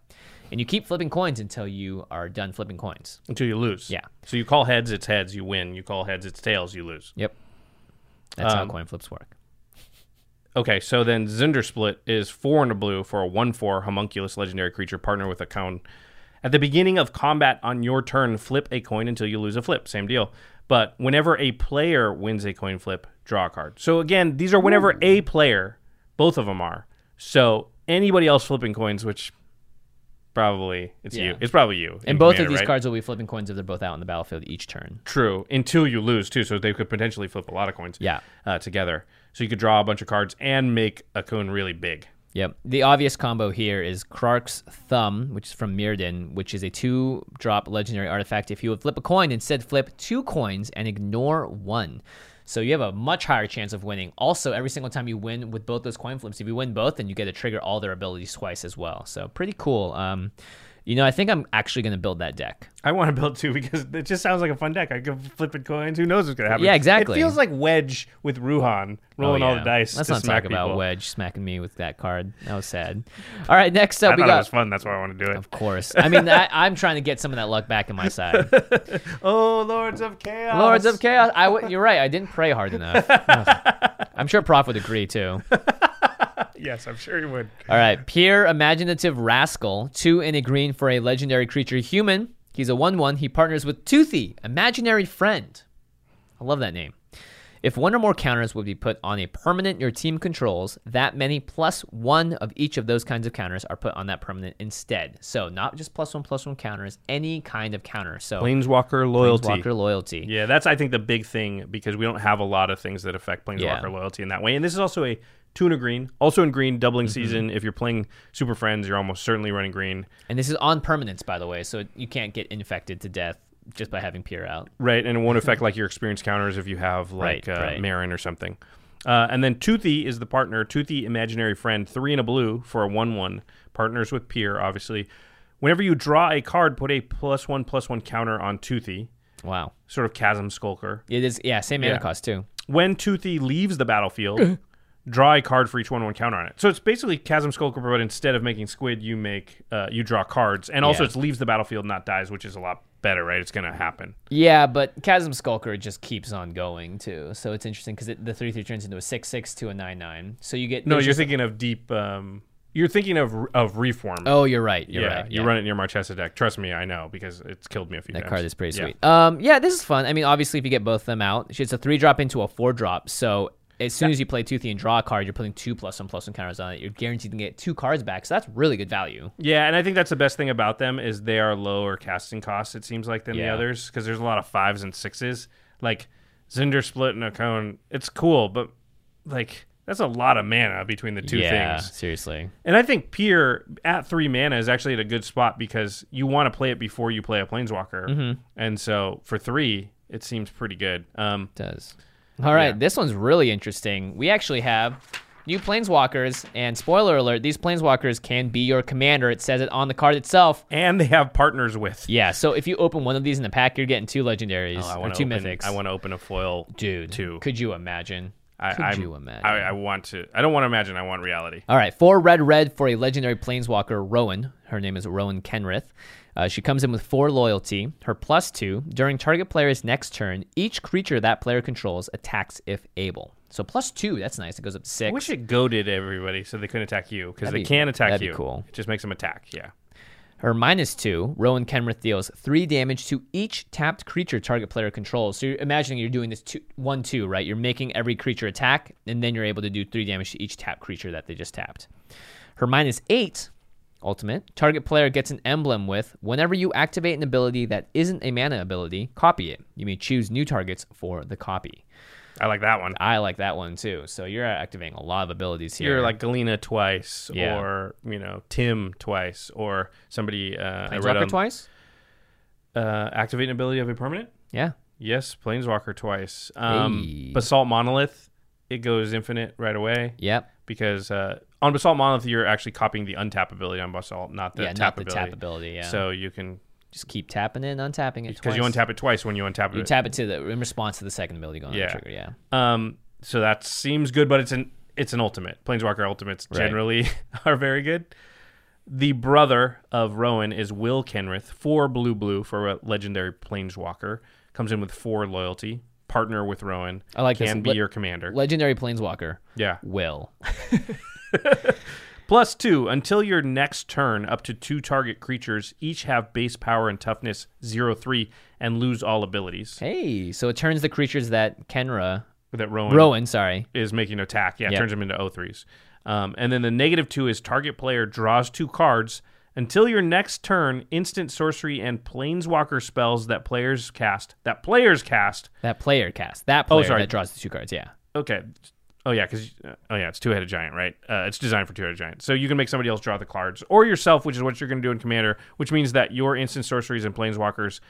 And you keep flipping coins until you are done flipping coins. until you lose. Yeah. So you call heads, it's heads, you win. You call heads, it's tails, you lose. Yep. That's Um, how coin flips work. Okay, so then Zinder Split is four and a blue for a one four homunculus legendary creature partner with a cone. At the beginning of combat on your turn, flip a coin until you lose a flip. Same deal. But whenever a player wins a coin flip, draw a card. So again, these are whenever a player, both of them are. So anybody else flipping coins, which probably it's Yeah. you. It's probably you. in And both of Commander, these right? cards will be flipping coins if they're both out on the battlefield each turn. True, until you lose too, so they could potentially flip a lot of coins. Yeah. uh, together, so you could draw a bunch of cards and make a coon really big. Yep. The obvious combo here is Krark's Thumb, which is from Mirrodin, which is a two drop legendary artifact. If you would flip a coin, instead flip two coins and ignore one. So you have a much higher chance of winning. Also, every single time you win with both those coin flips, if you win both, then you get to trigger all their abilities twice as well. So pretty cool. Um, you know, I think I'm actually going to build that deck. I want to build two because it just sounds like a fun deck. I could flip it coins. Who knows what's gonna happen? Yeah, exactly. It feels like Wedge with Ruhan rolling Oh, all yeah. the dice. Let's to not smack talk about people. Wedge smacking me with that card. That was sad. All right, next up I we thought it was got. fun. That's why I want to do it. Of course. I mean, I, I'm trying to get some of that luck back in my side. Oh, Lords of Chaos! Lords of Chaos. I w- you're right. I didn't pray hard enough. Ugh. I'm sure Prof would agree too. Yes, I'm sure you would. All right, pure imaginative rascal, two in a green for a legendary creature human. He's a one-one. He partners with Toothy, imaginary friend. I love that name. If one or more counters would be put on a permanent your team controls, that many plus one of each of those kinds of counters are put on that permanent instead. So not just plus one plus one counters, any kind of counter. So Planeswalker loyalty. Planeswalker loyalty. Yeah, that's I think the big thing because we don't have a lot of things that affect Planeswalker Yeah. loyalty in that way. And this is also a tuna green, also in green, doubling Mm-hmm. season. If you're playing Super Friends, you're almost certainly running green, And this is on permanence, by the way, so you can't get infected to death just by having Pure out. right? And it won't affect like your experience counters if you have like Right, uh, right. Marin or something. Uh, and then Toothy is the partner, Toothy imaginary friend, three and a blue for a one-one. Partners with Pier, obviously. Whenever you draw a card, put a plus one plus one counter on Toothy. Wow. sort of chasm skulker. It is. Yeah. Same mana cost too. When Toothy leaves the Uh-huh. battlefield, draw a card for each one one counter on it. So it's basically chasm skulker, but instead of making squid, you make uh, you draw cards, and also Yeah. it leaves the battlefield, not dies, which is a lot better, right? It's gonna happen. Yeah, but Chasm Skulker just keeps on going too. So it's interesting because it, the three three turns into a six six to a nine nine. So you get No, there's you're just- thinking of deep. Um, you're thinking of of reform. Oh, you're right. You're yeah, right. you yeah. run it near Marchesa deck. Trust me, I know because it's killed me a few That times. card is pretty Yeah. sweet. Um, yeah, this is fun. I mean, obviously, if you get both of them out, it's a three drop into a four drop. So as soon as you play Toothy and draw a card, you're putting two plus one plus one counters on it. You're guaranteed to get two cards back. So that's really good value. Yeah, and I think that's the best thing about them is they are lower casting costs. It seems like than the Yeah. others because there's a lot of fives and sixes. Like Zinder Split and a cone, it's cool, but like that's a lot of mana between the two yeah, things. seriously. And I think Pier at three mana is actually at a good spot because you want to play it before you play a Planeswalker, Mm-hmm. and so for three, it seems pretty good. Um, does. All right, this one's really interesting. We actually have new planeswalkers, and spoiler alert: these planeswalkers can be your commander. It says it on the card itself. and they have partners with. Yeah, so if you open one of these in the pack, you're getting two legendaries Oh, I or want to two open. mythics. I want to open a foil, dude. Two. Could you imagine? I, Could I'm- you imagine? I, I want to. I don't want to imagine. I want reality. All right, four red red for a legendary planeswalker, Rowan. Her name is Rowan Kenrith. Uh, she comes in with four loyalty. Her plus two during target player's next turn, each creature that player controls attacks if able. So plus two, that's nice. It goes up to six. I wish it goaded everybody so they couldn't attack you because That'd they be- can attack that'd be you. cool. It just makes them attack. Yeah. Her minus two, Rowan Kenrith deals three damage to each tapped creature target player controls. So you're imagining you're doing this two, one, two, right? You're making every creature attack, and then you're able to do three damage to each tapped creature that they just tapped. Her minus eight, ultimate, target player gets an emblem with whenever you activate an ability that isn't a mana ability, copy it. You may choose new targets for the copy. I like that one. I like that one too. So you're activating a lot of abilities here. You're like Galena twice, Yeah. or you know Tim twice, or somebody. Uh, I read Planeswalker on, twice? Uh, activate an ability of a permanent. Yeah. Yes, Planeswalker twice. Um, Hey. Basalt Monolith. It goes infinite right away Yep. because uh, on Basalt Monolith you're actually copying the untap ability on Basalt, not the yeah, tap not the ability. tap ability. Yeah. So you can just keep tapping it and untapping it because you twice. untap it twice when you untap it. You tap it to the in response to the second ability going on Yeah. the trigger. Yeah, Um, so that seems good, but it's an it's an ultimate. Planeswalker ultimates Right. generally are very good. The brother of Rowan is Will Kenrith, four blue blue for a legendary planeswalker. Comes in with four loyalty. Partner with Rowan. I like can this. be Le- your commander. legendary planeswalker yeah. will. Plus two until your next turn. Up to two target creatures each have base power and toughness zero three and lose all abilities. Hey, so it turns the creatures that Kenra That Rowan Rowan, sorry, is making an attack. Yeah, Yep. turns them into O3s. Um, and then the negative two is target player draws two cards until your next turn. Instant sorcery and planeswalker spells that players cast. That players cast. that player cast that player Oh, sorry. that draws the two cards. Yeah, Okay. Oh yeah, because oh yeah, it's two headed giant, right? Uh, it's designed for two headed giant, so you can make somebody else draw the cards or yourself, which is what you're going to do in commander, which means that your instant sorceries and planeswalkers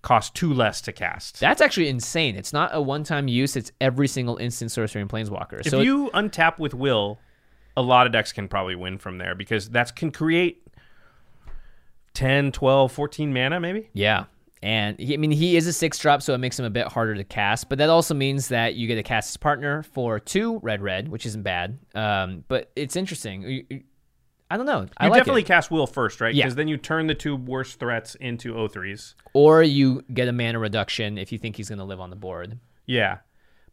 cost two less to cast. that's actually insane. It's not a one-time use; it's every single instant sorcery and planeswalker. if so it- you untap with will, a lot of decks can probably win from there because that's can create 10, 12, 14 mana maybe. yeah. And he, I mean, he is a six drop, so it makes him a bit harder to cast. But that also means that you get to cast his partner for two red red, which isn't bad. Um, but it's interesting. You- you- I don't know. I You like it. definitely cast will first, right? Yeah. Because then you turn the two worst threats into O3s. or you get a mana reduction if you think he's going to live on the board. Yeah.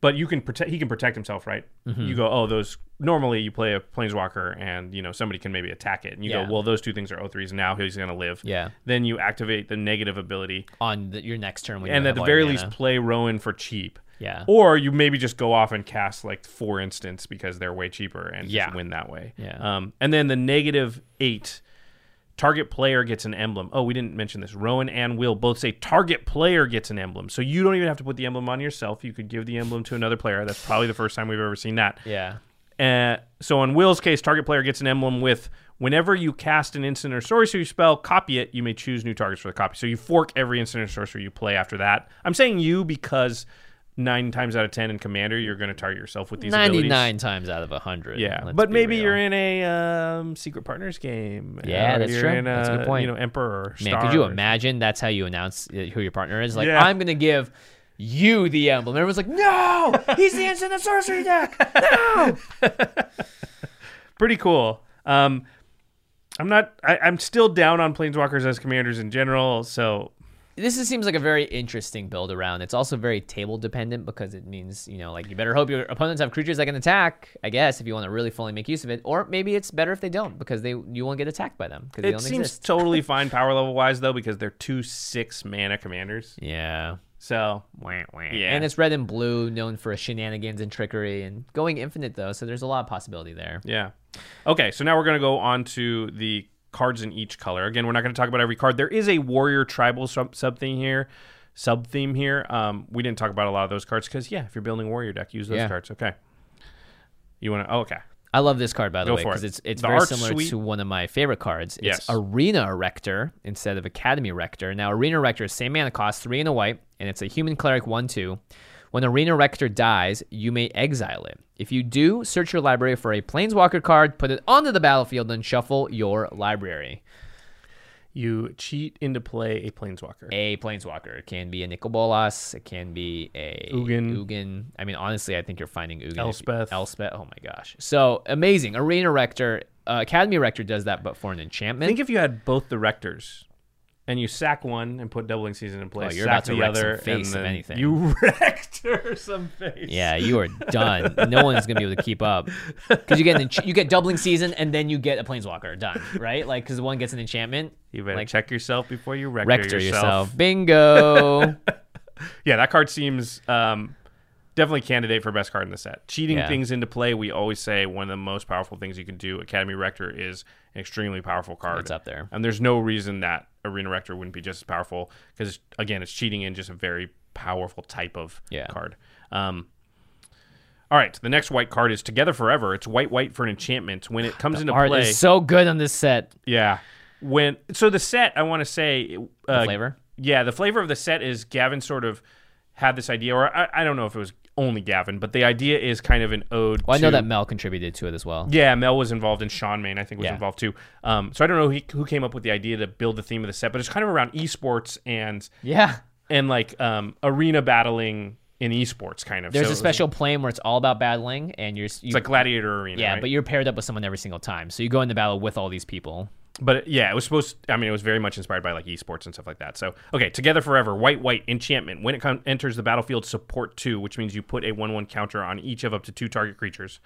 But you can protect he can protect himself, right? Mm-hmm. You go, "Oh, those normally you play a planeswalker and, you know, somebody can maybe attack it." And you Yeah. go, "Well, those two things are O3s. Now he's going to live." Yeah. Then you activate the negative ability on the, your next turn. When you and don't at have the all your very mana. least play Rowan for cheap. Yeah. Or you maybe just go off and cast like four instants because they're way cheaper and Yeah. just win that way. Yeah. Um, and then the negative eight, target player gets an emblem. Oh, we didn't mention this. Rowan and Will both say target player gets an emblem. So you don't even have to put the emblem on yourself. You could give the emblem to another player. That's probably the first time we've ever seen that. yeah, Uh, so on Will's case, target player gets an emblem with whenever you cast an instant or sorcery spell, copy it. You may choose new targets for the copy. So you fork every instant or sorcery you play after that. I'm saying you because nine times out of ten in Commander, you're going to target yourself with these abilities. 99 times out of 100. Yeah, let's but be maybe real. you're in a um, Secret Partners game. Yeah, or that's you're true. In a, That's a good point. You know, Emperor. Or Man, Star could you or- imagine that's how you announce uh, who your partner is? Like, Yeah. I'm going to give you the emblem. Everyone's like, no, he's the instant of sorcery deck. No. Pretty cool. Um, I'm not. I, I'm still down on planeswalkers as commanders in general. So this is, seems like a very interesting build around. It's also very table dependent because it means, you know, like you better hope your opponents have creatures that can attack, I guess, if you want to really fully make use of it. Or maybe it's better if they don't because they you won't get attacked by them because they it don't seems exist. totally fine power level wise though because they're two six mana commanders. Yeah. So Yeah. And it's red and blue, known for shenanigans and trickery and going infinite, though. So there's a lot of possibility there. Yeah. Okay, so now we're going to go on to the cards in each color. Again, we're not going to talk about every card. There is a warrior tribal sub sub theme here, sub theme here. Um, we didn't talk about a lot of those cards because yeah, if you're building a warrior deck, use those Yeah. cards. Okay. You want to? Oh, okay. I love this card by the Go way for because it. it's it's The very art similar suite- to one of my favorite cards. It's Yes. Arena Rector instead of Academy Rector. Now Arena Rector is same mana cost, three and a white, and it's a human cleric one two. When Arena Rector dies, you may exile it. If you do, search your library for a Planeswalker card, put it onto the battlefield, and shuffle your library. You cheat into play a planeswalker. A Planeswalker. It can be a Nicol Bolas. It can be a Ugin. Ugin. I mean, honestly, I think you're finding Ugin. if you- Elspeth. Elspeth. Oh my gosh. So amazing. Arena Rector. Uh, Academy Rector does that, but for an enchantment. Think if you had both the rectors. And you sack one and put doubling season in place. Oh, you're sack about to the wreck other, some and face, if then anything. You wrecked her some face. Yeah, you are done. no one's gonna be able to keep up because you get an ench- you get doubling season and then you get a planeswalker. Done, right? Like because one gets an enchantment. You better like, check yourself before you rector, rector yourself. yourself. Bingo. Yeah, that card seems um, definitely candidate for best card in the set. Cheating Yeah. things into play, we always say one of the most powerful things you can do. Academy Rector is an extremely powerful card. It's up there. And there's no reason that Arena Rector wouldn't be just as powerful because, again, it's cheating in just a very powerful type of Yeah. card. Um, all right, the next white card is Together Forever. It's white, white for an enchantment. When it comes into Art play, is so good on this set. yeah. When so the set, I want to say uh, flavor? Yeah, the flavor of the set is Gavin sort of had this idea, or I, I don't know if it was only Gavin, but the idea is kind of an ode. Well, I know to- that Mel contributed to it as well. Yeah, Mel was involved, and Sean Main I think was Yeah. involved too. Um, so I don't know who, who came up with the idea to build the theme of the set, but it's kind of around esports and Yeah. and like um, arena battling in esports kind of. There's So it a was- special plane where it's all about battling, and you're s- you, It's like gladiator arena. yeah, right? but you're paired up with someone every single time. So you go in the battle with all these people. but it- yeah, it was supposed. I mean, it was very much inspired by like esports and stuff like that. So okay, together forever, white white enchantment. When it com- enters the battlefield, support two, which means you put a one one counter on each of up to two target creatures,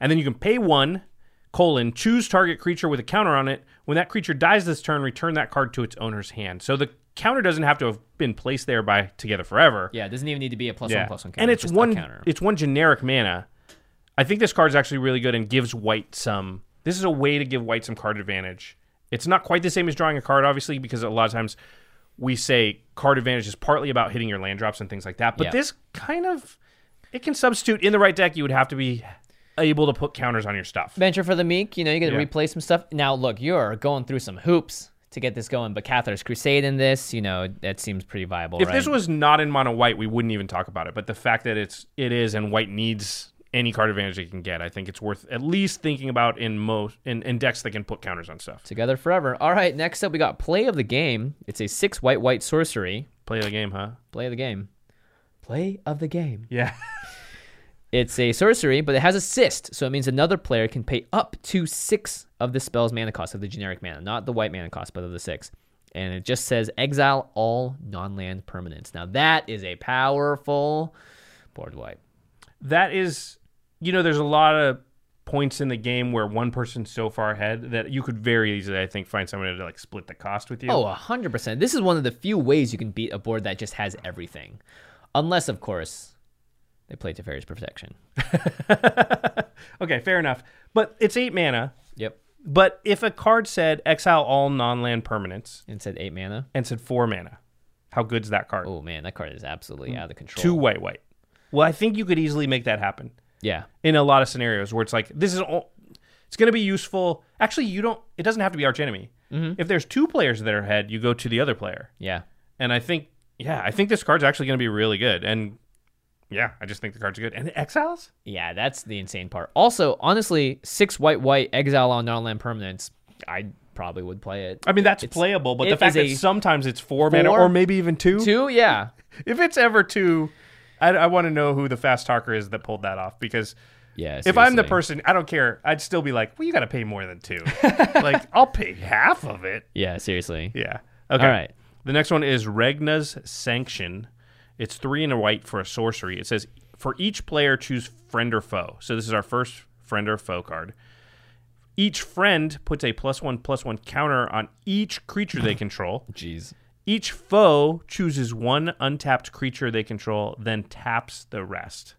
and then you can pay one colon choose target creature with a counter on it. When that creature dies this turn, return that card to its owner's hand. So the counter doesn't have to have been placed there by together forever. Yeah, it doesn't even need to be a plus one plus one counter. and it's just a one. counter. It's one generic mana. I think this card's actually really good and gives white some. This is a way to give white some card advantage. It's not quite the same as drawing a card, obviously, because a lot of times we say card advantage is partly about hitting your land drops and things like that. But Yeah. this kind of it can substitute in the right deck. You would have to be able to put counters on your stuff. Venture for the Meek. You know, you got to Yeah. replay some stuff. Now, look, you're going through some hoops to get this going, but Cathar's Crusade in this, you know, that seems pretty viable. If right? this was not in mono white, we wouldn't even talk about it. But the fact that it's it is and white needs any card advantage it can get, I think it's worth at least thinking about in most in, in decks that can put counters on stuff. together forever. All right, next up, we got Play of the Game. It's a six white white sorcery. Play the game, huh? Play of the Game. Play of the game. Yeah. It's a sorcery, but it has assist, so it means another player can pay up to six of the spell's mana cost of the generic mana, not the white mana cost, but of the six. And it just says exile all non-land permanents. Now that is a powerful board wipe. That is, you know, there's a lot of points in the game where one person's so far ahead that you could very easily, I think, find someone to like split the cost with you. Oh, 100%. This is one of the few ways you can beat a board that just has everything. Unless, of course, they play Teferi's Protection. okay, fair enough. But it's eight mana. Yep. But if a card said exile all non land permanents And it said 8 mana. and said four mana, how good's that card? Oh, man, that card is absolutely out of control. Two white, white. Well, I think you could easily make that happen. Yeah. in a lot of scenarios where it's like this is all it's going to be useful actually you don't it doesn't have to be arch enemy Mm-hmm. if there's two players that are ahead you go to the other player Yeah. and i think yeah i think this card's actually going to be really good and yeah, I just think the cards are good. And the Exiles? Yeah, that's the insane part. Also, honestly, six white white exile on non-land permanence. I probably would play it. I mean, that's playable, but it the fact is that a sometimes it's four, mana four- or maybe even two. Two, yeah. If it's ever two, I, want to know who the fast talker is that pulled that off because Yeah. if I'm the seriously. person, I don't care. I'd still be like, well, you got to pay more than two. like, I'll pay half of it. Yeah, seriously. Yeah. Okay. All right. The next one is Regna's Sanction. It's three and a white for a sorcery. It says for each player, choose friend or foe. So this is our first friend or foe card. Each friend puts a plus one plus one counter on each creature they control. Jeez. Each foe chooses one untapped creature they control, then taps the rest.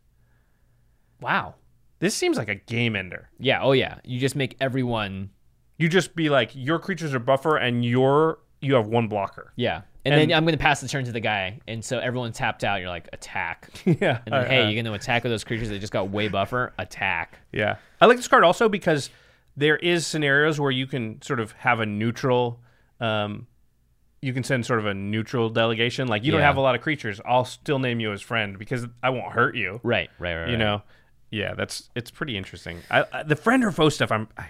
Wow. This seems like a game ender. Yeah. Oh yeah. You just make everyone. You just be like, your creatures are buffer, and your you have one blocker. Yeah. And, And- then I'm gonna pass the turn to the guy, and so everyone tapped out. You're like attack. Yeah. And then, hey, you're gonna attack with those creatures that just got way buffer. Attack. Yeah. I like this card also because there is scenarios where you can sort of have a neutral um you can send sort of a neutral delegation. Like you don't Yeah. have a lot of creatures, I'll still name you as friend because I won't hurt you. Right. Right. Right. You right. know. Yeah, that's it's pretty interesting. I, I the friend or foe stuff I'm I,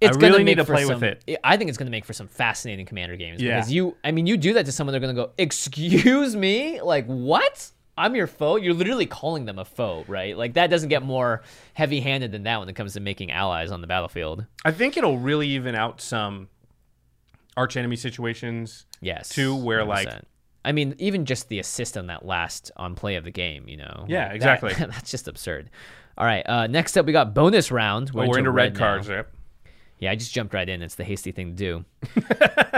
it's I gonna really make need to for play some- with it. I think it's going to make for some fascinating commander games Yeah. because you, I mean, you do that to someone, they're going to go, "Excuse me, like what? I'm your foe." You're literally calling them a foe, right? Like that doesn't get more heavy-handed than that when it comes to making allies on the battlefield. I think it'll really even out some arch enemy situations. Yes, Two where, like- 100%. I mean, even just the assist on that last on play of the game, you know? Yeah, Like, that- exactly. that's just absurd. All right, uh, next up we got bonus round. But Oh, we're into red, now. cards, right? Yeah, I just jumped right in. It's the hasty thing to do.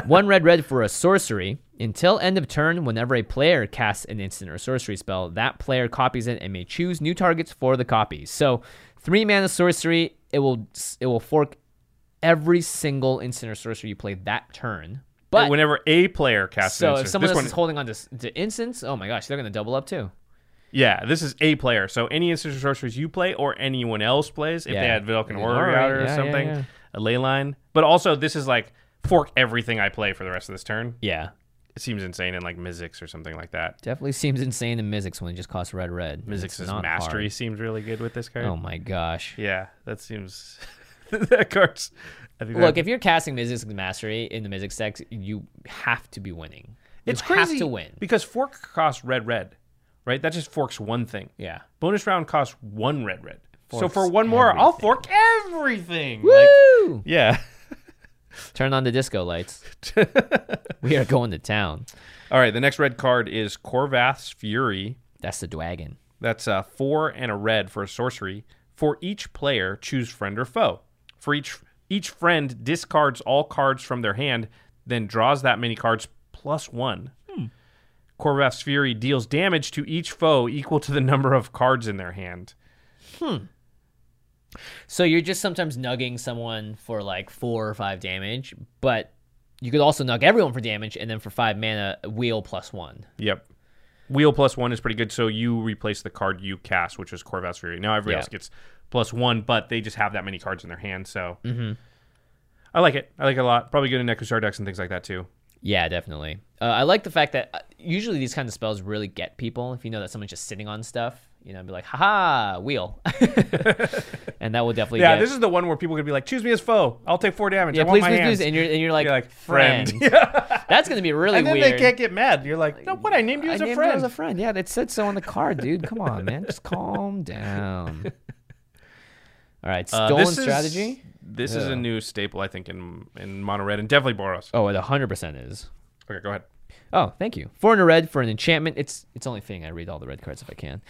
One red red for a sorcery. Until end of turn, whenever a player casts an instant or sorcery spell, that player copies it and may choose new targets for the copy. So, three mana sorcery, it will it will fork every single instant or sorcery you play that turn. But whenever a player casts an so instant- if someone this else one, is holding on to, s- to instants, oh my gosh, they're gonna double up too. Yeah, this is a player. So any instant sorcerers you play or anyone else plays, if they Yeah. had Vilkan An Horror aura, out or yeah, yeah, something, yeah. a ley line. But also, this is like fork everything I play for the rest of this turn. Yeah, It seems insane in like Mizzix or something like that. definitely seems insane in Mizzix when it just costs red red. It's Mizzix's not mastery hard. seems really good with this card. Oh my gosh. Yeah, that seems that card's. I think Look, that- if you're casting Mizzix Mastery in the Mizzix decks, you have to be winning. You it's crazy have to win. because fork costs red red, right? That just forks one thing. Yeah. Bonus round costs one red red. so Forks for one more, I'll everything. fork everything. Like, Woo! yeah. Turn on the disco lights. we are going to town. All right, the next red card is Corvath's Fury. That's the dragon. That's a four and a red for a sorcery. For each player, choose friend or foe. For each each friend discards all cards from their hand, then draws that many cards plus one. Corvath's Fury deals damage to each foe equal to the number of cards in their hand. So you're just sometimes nugging someone for like four or five damage, but you could also nug everyone for damage and then for five mana, wheel plus one. Yep. Wheel plus one is pretty good, so you replace the card you cast, which was Corvath's Fury. Now everybody Yeah. else gets plus one, but they just have that many cards in their hand, so Mm-hmm. I like it. I like it a lot. Probably good in Necrostar decks and things like that too. Yeah, definitely. Uh, I like the fact that uh, usually these kinds of spells really get people. If you know that someone's just sitting on stuff, you know, be like, haha, wheel. and that will definitely Yeah, get. this is the one where people could be like, "Choose me as foe. I'll take four damage. yeah, I want please, my please, hands." please. And you're, and you're like, You're like, friend. friend. That's going to be really and then weird. they can't get mad. You're like, "No, what? I named you I as a named her friend." as a friend. Yeah, that said so on the card, dude. Come on, man. Just calm down. All right, Uh, stolen this is- strategy. This is a new staple, I think, in in mono red and definitely Boros. Oh, it 100% is. Okay, go ahead. Oh, thank you. Four and a red for an enchantment. It's it's only fitting I read all the red cards if I can.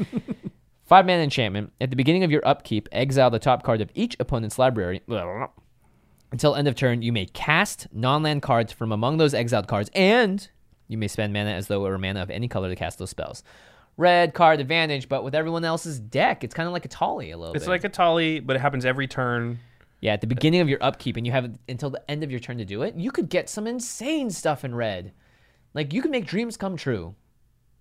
Five mana enchantment. At the beginning of your upkeep, exile the top card of each opponent's library. Until end of turn, you may cast non-land cards from among those exiled cards, and you may spend mana as though it were mana of any color to cast those spells. Red card advantage, but with everyone else's deck, it's kind of like a Tali a little bit. It's like a Tali, but it happens every turn. yeah, at the beginning of your upkeep, and you have until the end of your turn to do it. You could get some insane stuff in red, like you could make dreams come true.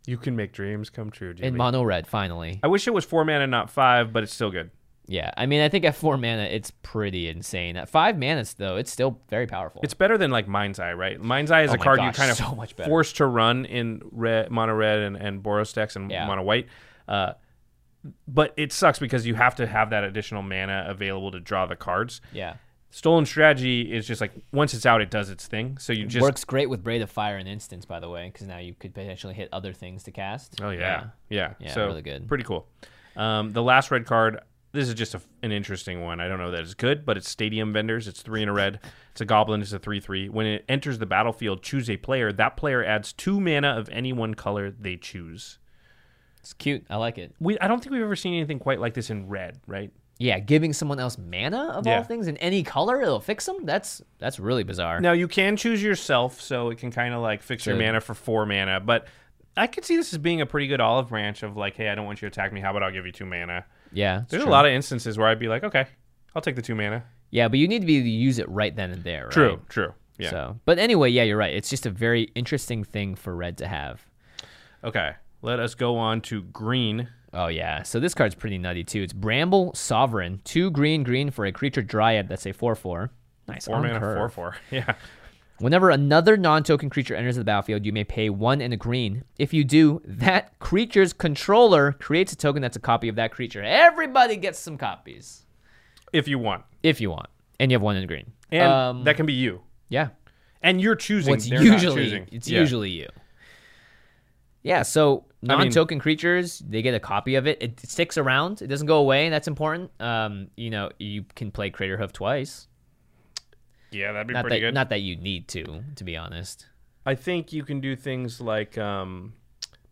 You can make dreams come true, Jimmy. in mono red finally I wish it was four mana, not five, but it's still good. yeah i mean i think at four mana it's pretty insane at five mana though it's still very powerful It's better than like Mind's Eye, right? Mind's Eye is Oh a my card gosh, you kind of so much better. forced to run in red, mono red and, and Boros decks and Yeah. mono white. Uh, but it sucks because you have to have that additional mana available to draw the cards. Yeah. Stolen strategy is just like once it's out, it does its thing. So you just Works great with Braid of Fire and Instance, by the way, because now you could potentially hit other things to cast. Oh yeah, yeah, Yeah, so really good. pretty cool. Um, the last red card. This is just a, an interesting one. I don't know that it's good, but it's Stadium Vendors. It's three in a red. It's a goblin. It's a three-three. When it enters the battlefield, choose a player. That player adds two mana of any one color they choose. It's cute. I like it. We I don't think we've ever seen anything quite like this in red, right? Yeah, giving someone else mana of Yeah. all things in any color, it'll fix them. That's that's really bizarre. Now you can choose yourself, so it can kind of like fix your Good. mana for four mana. But I could see this as being a pretty good olive branch of like, hey, I don't want you to attack me. How about I'll give you two mana? Yeah, it's There's true. a lot of instances where I'd be like, okay, I'll take the two mana. Yeah, but you need to be able to use it right then and there. Right? True, true. Yeah. So, but anyway, yeah, you're right. It's just a very interesting thing for red to have. Okay. Let us go on to green. Oh yeah. So this card's pretty nutty too. It's Bramble Sovereign, two green green for a creature Dryad. That's a four four. Nice. Four on mana, curve. four, four. Yeah. Whenever another non-token creature enters the battlefield, you may pay one and a green. If you do, that creature's controller creates a token that's a copy of that creature. Everybody gets some copies If you want. if you want, and you have one and a green. And um, that can be you. yeah. And you're choosing. Well, it's they're not usually choosing. it's Yeah. usually you. Yeah, so I mean- non-token creatures, they get a copy of it. It sticks around. It doesn't go away. That's important. Um, you know, you can play Crater Hoof twice. Yeah, that'd be Not pretty that, good. not that you need to, to be honest. I think you can do things like um,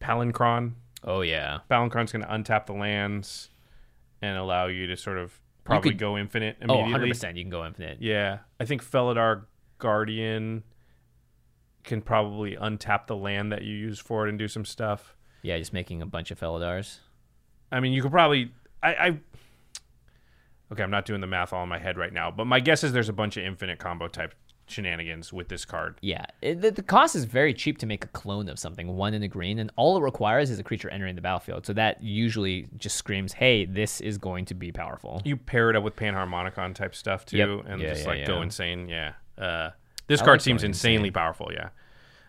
Palancron. Oh yeah, Palancron's going to untap the lands and allow you to sort of probably could- go infinite oh immediately. 100 percent. You can go infinite. Yeah. I think Felidar Guardian can probably untap the land that you use for it and do some stuff. Yeah, just making a bunch of Felidars. I mean, you could probably. I, I okay, I'm not doing the math all in my head right now, but my guess is there's a bunch of infinite combo type shenanigans with this card. Yeah, it, the, the cost is very cheap to make a clone of something, one in a green, and all it requires is a creature entering the battlefield. So that usually just screams, "Hey, this is going to be powerful." You pair it up with Panharmonicon type stuff too, Yep. and Yeah, just yeah, like go yeah. insane. Yeah, uh, this I card like seems going insanely powerful. Yeah.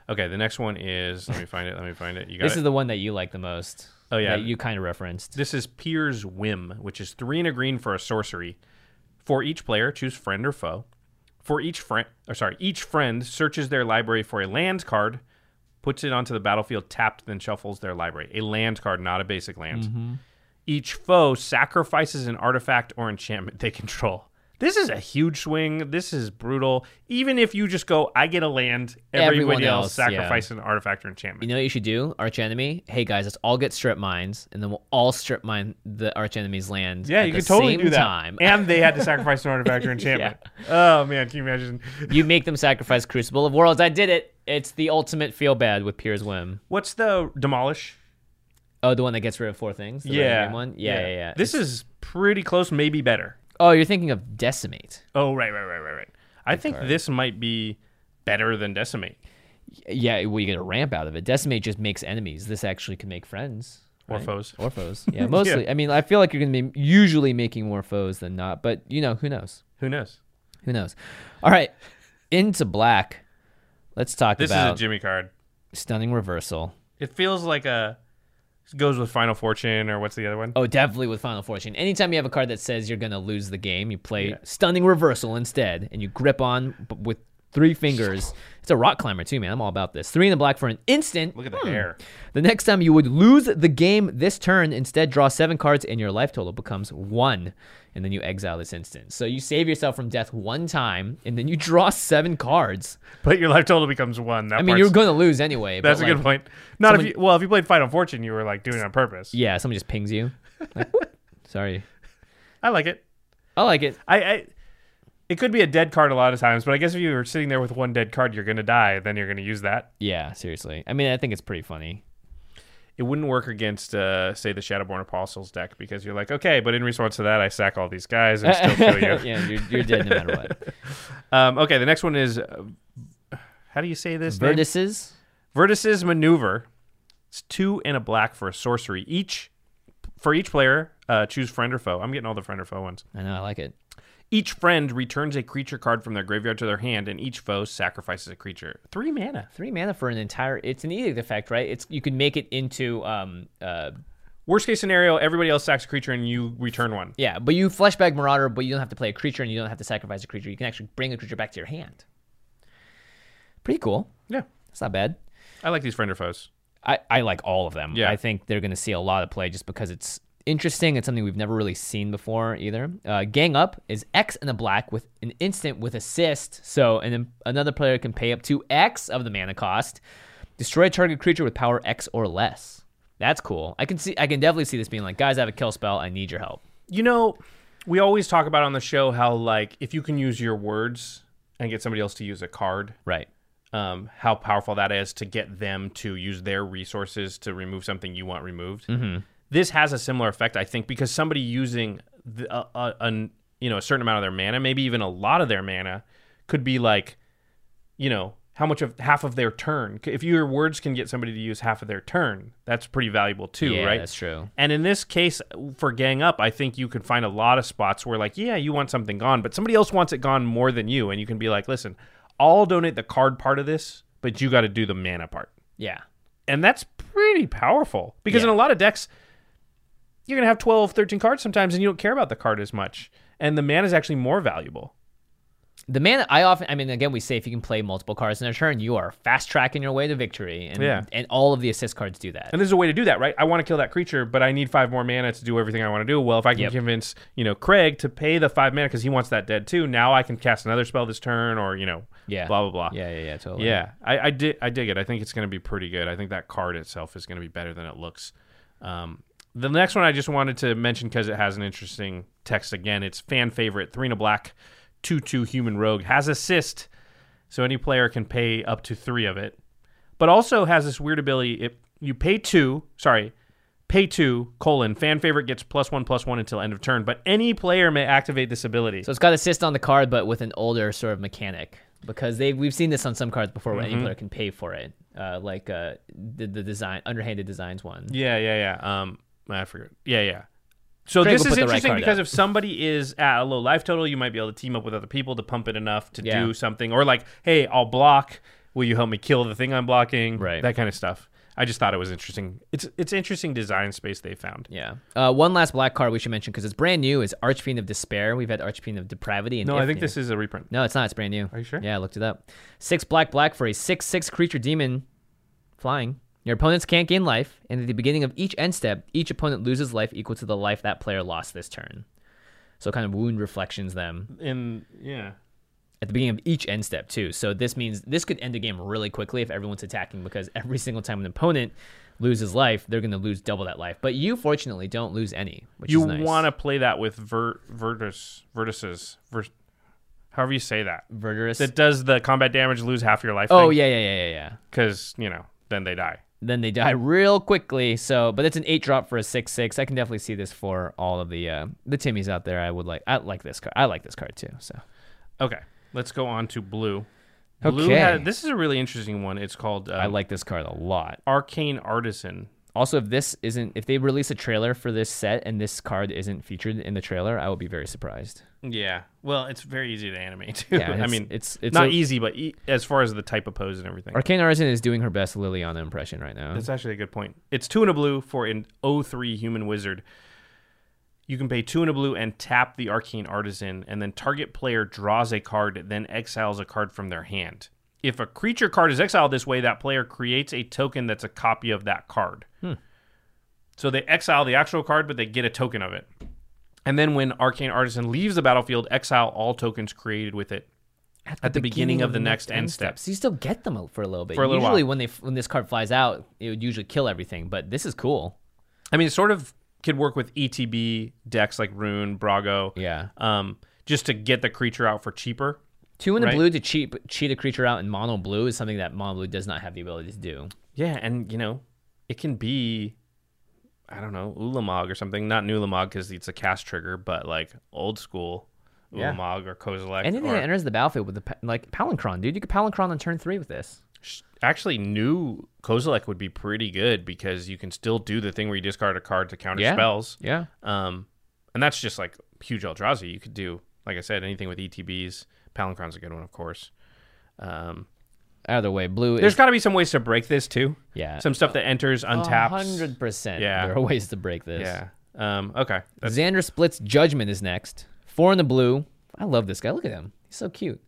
Okay, the next one is. Let me find it. Let me find it. You got This it. is the one that you like the most. Oh, yeah. that you kind of referenced. This is Piers Whim, which is three and a green for a sorcery. For each player, choose friend or foe. For each friend, or sorry, each friend searches their library for a land card, puts it onto the battlefield tapped, then shuffles their library. A land card, not a basic land. Mm-hmm. Each foe sacrifices an artifact or enchantment they control. This is a huge swing. This is brutal. Even if you just go, I get a land, everybody Everyone else, else, yeah. sacrifice an artifact or enchantment. You know what you should do, arch enemy? Hey guys, let's all get strip mines, and then we'll all strip mine the arch enemy's land. Yeah, at you the could totally same do that. Time. And they had to sacrifice an artifact or enchantment. Oh man, can you imagine? you make them sacrifice Crucible of Worlds. I did it. It's the ultimate feel bad with Piers Whim. What's the demolish? Oh, the one that gets rid of four things. The red and green one. Yeah, yeah, yeah. This is pretty close, maybe better. oh, you're thinking of Decimate. Oh right, right, right, right, right. I think this might be better than decimate. Yeah, well, you get a ramp out of it. Decimate just makes enemies. This actually can make friends. Or right? foes. Or foes. Yeah, mostly. I mean, I feel like you're going to be usually making more foes than not, but you know, who knows? Who knows? Who knows? All right, into black. Let's talk This about is a Jimmy card. stunning reversal. It feels like a goes with Final Fortune or what's the other one? Oh, definitely with Final Fortune. Anytime you have a card that says you're gonna lose the game, you play stunning reversal instead, and you grip on b- with three fingers. It's a rock climber too, man. I'm all about this. Three in the black for an instant. Look at the hair. The next time you would lose the game this turn, instead draw seven cards and your life total becomes one. And then you exile this instant. So you save yourself from death one time, and then you draw seven cards. But your life total becomes one. That I mean, part's- you're going to lose anyway. That's a but, good like, point. Not someone- if you well, if you played Final Fortune, you were like doing it on purpose. Yeah, someone just pings you. Like, whoop. Sorry. I like it. I like it. I, I it could be a dead card a lot of times, but I guess if you were sitting there with one dead card, you're gonna die. Then you're gonna use that. Yeah, seriously. I mean, I think it's pretty funny. It wouldn't work against, uh, say, the Shadowborn Apostles deck because you're like, okay, but in response to that, I sack all these guys and still kill you. yeah, you're, you're dead no matter what. um, okay, the next one is uh, how do you say this? name? Vertices. Vertices maneuver. It's two and a black for a sorcery each. For each player, uh, choose friend or foe. I'm getting all the friend or foe ones. I know, I like it. Each friend returns a creature card from their graveyard to their hand, and each foe sacrifices a creature. Three mana. Three mana for an entire. It's an edict effect, right? It's you can make it into um uh Worst case scenario, everybody else sacks a creature and you return one. Yeah, but you fleshback Marauder, but you don't have to play a creature and you don't have to sacrifice a creature. You can actually bring a creature back to your hand. Pretty cool. Yeah. That's not bad. I like these friend or foes. I, I like all of them. Yeah. I think they're going to see a lot of play just because it's interesting. It's something we've never really seen before either. Uh, Gang Up is X and a black with an instant with assist. So and then another player can pay up to X of the mana cost. Destroy a target creature with power X or less. That's cool. I can see. I can definitely see this being like, guys, I have a kill spell. I need your help. You know, we always talk about on the show how like if you can use your words and get somebody else to use a card, Right. um, how powerful that is to get them to use their resources to remove something you want removed. Mm-hmm. This has a similar effect, I think, because somebody using the, a, a, an- you know a certain amount of their mana, maybe even a lot of their mana, could be like, you know, how much of half of their turn. C- If your words can get somebody to use half of their turn, that's pretty valuable too, Yeah, right? that's true. And in this case, for gang up, I think you could find a lot of spots where, like, yeah, you want something gone, but somebody else wants it gone more than you, and you can be like, listen, I'll donate the card part of this, but you got to do the mana part, Yeah. and that's pretty powerful because Yeah. in a lot of decks, you're gonna have 12, 13 cards sometimes, and you don't care about the card as much, and the mana is actually more valuable. The man I often, I mean, again, we say if you can play multiple cards in a turn, you are fast tracking your way to victory, and Yeah. and all of the assist cards do that. And there's a way to do that, right? I want to kill that creature, but I need five more mana to do everything I want to do. Well, if I can Yep. convince, you know, Craig to pay the five mana because he wants that dead too, now I can cast another spell this turn or, you know, Yeah. blah, blah, blah. Yeah, yeah, yeah, totally. Yeah. I, I, di- I dig it. I think it's going to be pretty good. I think that card itself is going to be better than it looks. Um, the next one I just wanted to mention because it has an interesting text again. It's fan favorite, three and a black, 2 2 human rogue, has assist, so any player can pay up to three of it but also has this weird ability. If you pay two, sorry, pay two colon fan favorite gets plus one plus one until end of turn. But any player may activate this ability. So it's got assist on the card, but with an older sort of mechanic because they we've seen this on some cards before where Mm-hmm. any player can pay for it, uh, like uh, the the design underhanded designs one. yeah, yeah, yeah. Um, I forget. Yeah, yeah. So Craig this will is put the right interesting card because up. if somebody is at a low life total, you might be able to team up with other people to pump it enough to Yeah. do something, or like, hey, I'll block. Will you help me kill the thing I'm blocking? Right. That kind of stuff. I just thought it was interesting. It's it's interesting design space they found. Yeah. Uh, one last black card we should mention because it's brand new is Archfiend of Despair. We've had Archfiend of Depravity. And No, I think Ifnir. this is a reprint. No, it's not. It's brand new. Are you sure? Yeah, I looked it up. Six black black for a six six creature demon flying. Your opponents can't gain life, and at the beginning of each end step, each opponent loses life equal to the life that player lost this turn. So kind of wound reflections them In yeah. at the beginning of each end step too. So this means this could end the game really quickly if everyone's attacking because every single time an opponent loses life, they're going to lose double that life. But you fortunately don't lose any, which you is nice. want to play that with ver- vertus, vertices, ver- however you say that. Verdurous. That does the combat damage lose half your life. oh yeah, yeah, yeah, yeah, yeah. because you know then they die. then they die real quickly. So, but it's an eight drop for a six six. I can definitely see this for all of the uh, the Timmies out there. I would like I like this card. I like this card too. So Okay, let's go on to blue. Blue Okay. ha- this is a really interesting one. It's called uh, I like this card a lot. Arcane Artisan. Also, if this isn't if they release a trailer for this set and this card isn't featured in the trailer, I will be very surprised. Yeah, well, it's very easy to animate too. Yeah, I it's- mean, it's- it's not a- easy, but e- as far as the type of pose and everything, Arcane Artisan is doing her best Liliana impression right now. That's actually a good point. It's two and a blue for an 03 human wizard. You can pay two and a blue and tap the arcane artisan, and then target player draws a card, then exiles a card from their hand. If a creature card is exiled this way, that player creates a token that's a copy of that card. So they exile the actual card, but they get a token of it. And then when Arcane Artisan leaves the battlefield, exile all tokens created with it. At the beginning of the next end step. so you still get them for a little bit. For a little usually, while. when they when this card flies out, it would usually kill everything. But this is cool. I mean, it sort of could work with ETB decks like Rune, Brago. Yeah. um, just to get the creature out for cheaper. Two in a Right. blue to cheat cheat a creature out in mono blue is something that mono blue does not have the ability to do. Yeah, and you know, it can be, I don't know, Ulamog or something. Not new Ulamog because it's a cast trigger, but like old school Yeah. Ulamog or Kozilek. Anything or that enters the battlefield with the pa- like Palancron, dude, you could Palancron on turn three with this. actually, new Kozilek would be pretty good because you can still do the thing where you discard a card to counter Yeah. spells. Yeah, Um, and that's just like huge Eldrazi. You E could do, like I said, anything with ETBs. Palancron's a good one, of course. Um, Either way, blue There's is got to be some ways to break this too. Yeah. Some stuff that enters untapped. hundred percent. Yeah. There are ways to break this. Yeah. Um, okay. That's, Xander splits judgment is next. Four in the blue. I love this guy. Look at him. He's so cute.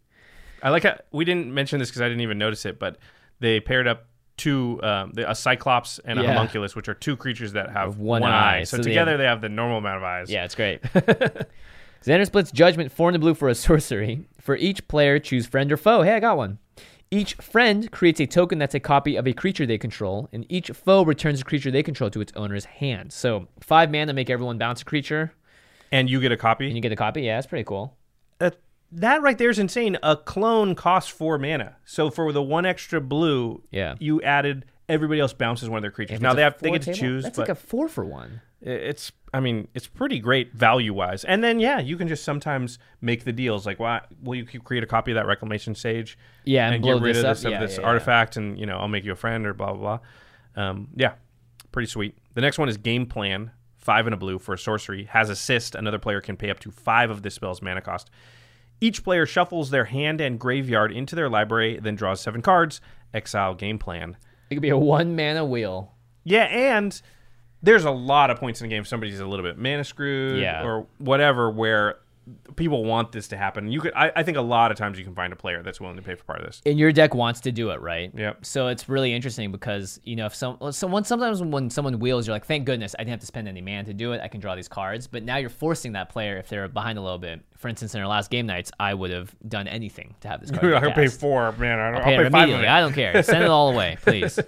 I like how we didn't mention this because I didn't even notice it, but they paired up two um, the, a cyclops and a Yeah. homunculus, which are two creatures that have one one, eye. eye. So, So they together have- they have the normal amount of eyes. Yeah, it's great. Xander splits judgment four in the blue for a sorcery. For each player, choose friend or foe. Hey, I got one. Each friend creates a token that's a copy of a creature they control, and each foe returns a creature they control to its owner's hand. So five mana make everyone bounce a creature, And you get a copy. and you get a copy. Yeah, that's pretty cool. that that right there is insane. A clone costs four mana, so for the one extra blue, Yeah. you added everybody else bounces one of their creatures. If now it's a they have they four get to table, choose, That's but like a four for one. i- it's I mean it's pretty great value wise. And then yeah, you can just sometimes make the deals like, why will you keep- create a copy of that Reclamation Sage? Yeah, and and blow get rid this of up? this, of Yeah, this yeah, yeah. artifact, and you know I'll make you a friend or blah blah blah. Um, yeah, pretty sweet. The next one is Game Plan. Five and a blue for a sorcery has assist. Another player can pay up to five of this spell's mana cost. Each player shuffles their hand and graveyard into their library, then draws seven cards. Exile game plan. It could be a one mana wheel. Yeah, and there's a lot of points in the game. if Somebody's a little bit mana screwed Yeah. or whatever, where people want this to happen. You could, I, I think, a lot of times you can find a player that's willing to pay for part of this. and your deck wants to do it right. Yep. So it's really interesting because you know if some someone sometimes when someone wheels, you're like, thank goodness I didn't have to spend any mana to do it. I can draw these cards. But now you're forcing that player if they're behind a little bit. For instance, in our last game nights, I would have done anything to have this card. I be will pay cast. four, man. I'll, Pay pay, it five of immediately. it. I don't care. Send it all away, please. All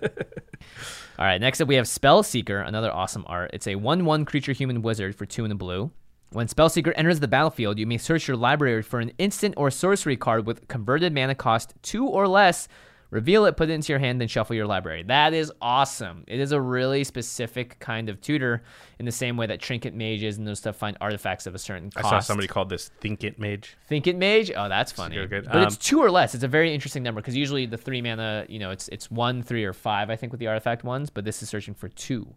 right. Next up, we have Spellseeker, another awesome art. It's a one-one creature human wizard for two in a blue. When Spellseeker enters the battlefield, you may search your library for an instant or sorcery card with converted mana cost two or less. Reveal it, put it into your hand, then shuffle your library. That is awesome. It is a really specific kind of tutor, in the same way that trinket mages and those stuff find artifacts of a certain I cost. saw somebody called this Think It Mage. Think it mage. Oh, that's funny. good, good. But it's Um, two or less. It's a very interesting number because usually the three mana, you know, it's it's one, three, or five. I think with the artifact ones, but this is searching for two.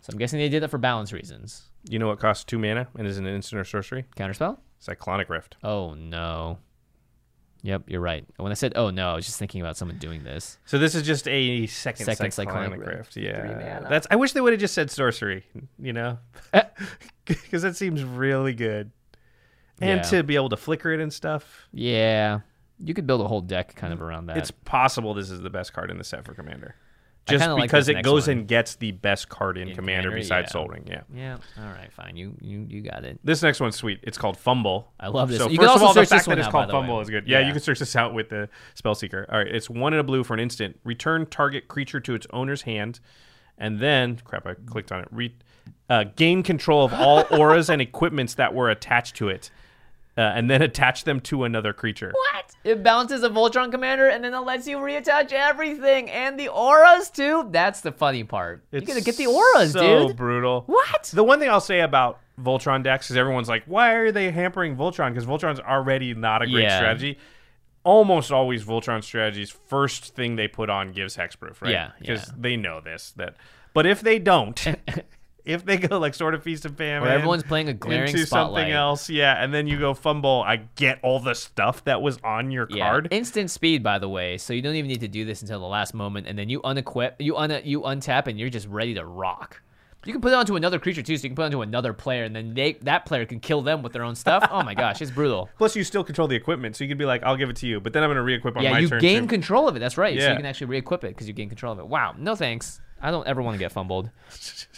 So I'm guessing they did that for balance reasons. You know what costs two mana and is an instant or sorcery? Counterspell. Cyclonic Rift. Oh no. Yep, you're right. When I said oh no, I was just thinking about someone doing this. So this is just a second, Second cyclonic, cyclonic rift. rift. Yeah, Three mana. that's. I wish they would have just said sorcery. You know, Eh. because that seems really good, and Yeah. to be able to flicker it and stuff. Yeah, you could build a whole deck kind of around that. It's possible this is the best card in the set for Commander, I just kinda like because this it next goes one. and gets the best card in, In Commander, Commander, besides yeah. Soul Ring. Yeah. yeah. All right, fine. You you you got it. This next one's sweet. It's called Fumble. I love this. So You can first also of all, the search this fact one that it's out, by called the way. Fumble is good. Yeah, Yeah. you can search this out with the Spellseeker. All right, it's one in a blue for an instant. Return target creature to its owner's hand, and then crap, I clicked on it. Re- uh, gain control of all auras and equipments that were attached to it, uh, and then attach them to another creature. What? It bounces a Voltron commander and then it lets you reattach everything and the auras too. That's the funny part. you gotta get the auras, so dude. brutal. What? The one thing I'll say about Voltron decks is everyone's like, why are they hampering Voltron? Because Voltron's already not a great Yeah. strategy. Almost always Voltron strategies, first thing they put on gives hexproof, right? Yeah, Because yeah. they know this. That, but if they don't, if they go like sort of feast of famine, everyone's playing a glaring into spotlight. something else, yeah, and then you go fumble. I get all the stuff that was on your Yeah. card. Instant speed, by the way. So you don't even need to do this until the last moment, and then you unequip, you un, you untap, and you're just ready to rock. You can put it onto another creature too, so you can put it onto another player, and then they that player can kill them with their own stuff. Oh my gosh, it's brutal. Plus, you still control the equipment, so you could be like, "I'll give it to you," but then I'm going to re-equip on yeah, my you turn. gain too. control of it. That's right. So you Yeah. can actually re-equip it because you gain control of it. Wow. No thanks. I don't ever want to get fumbled.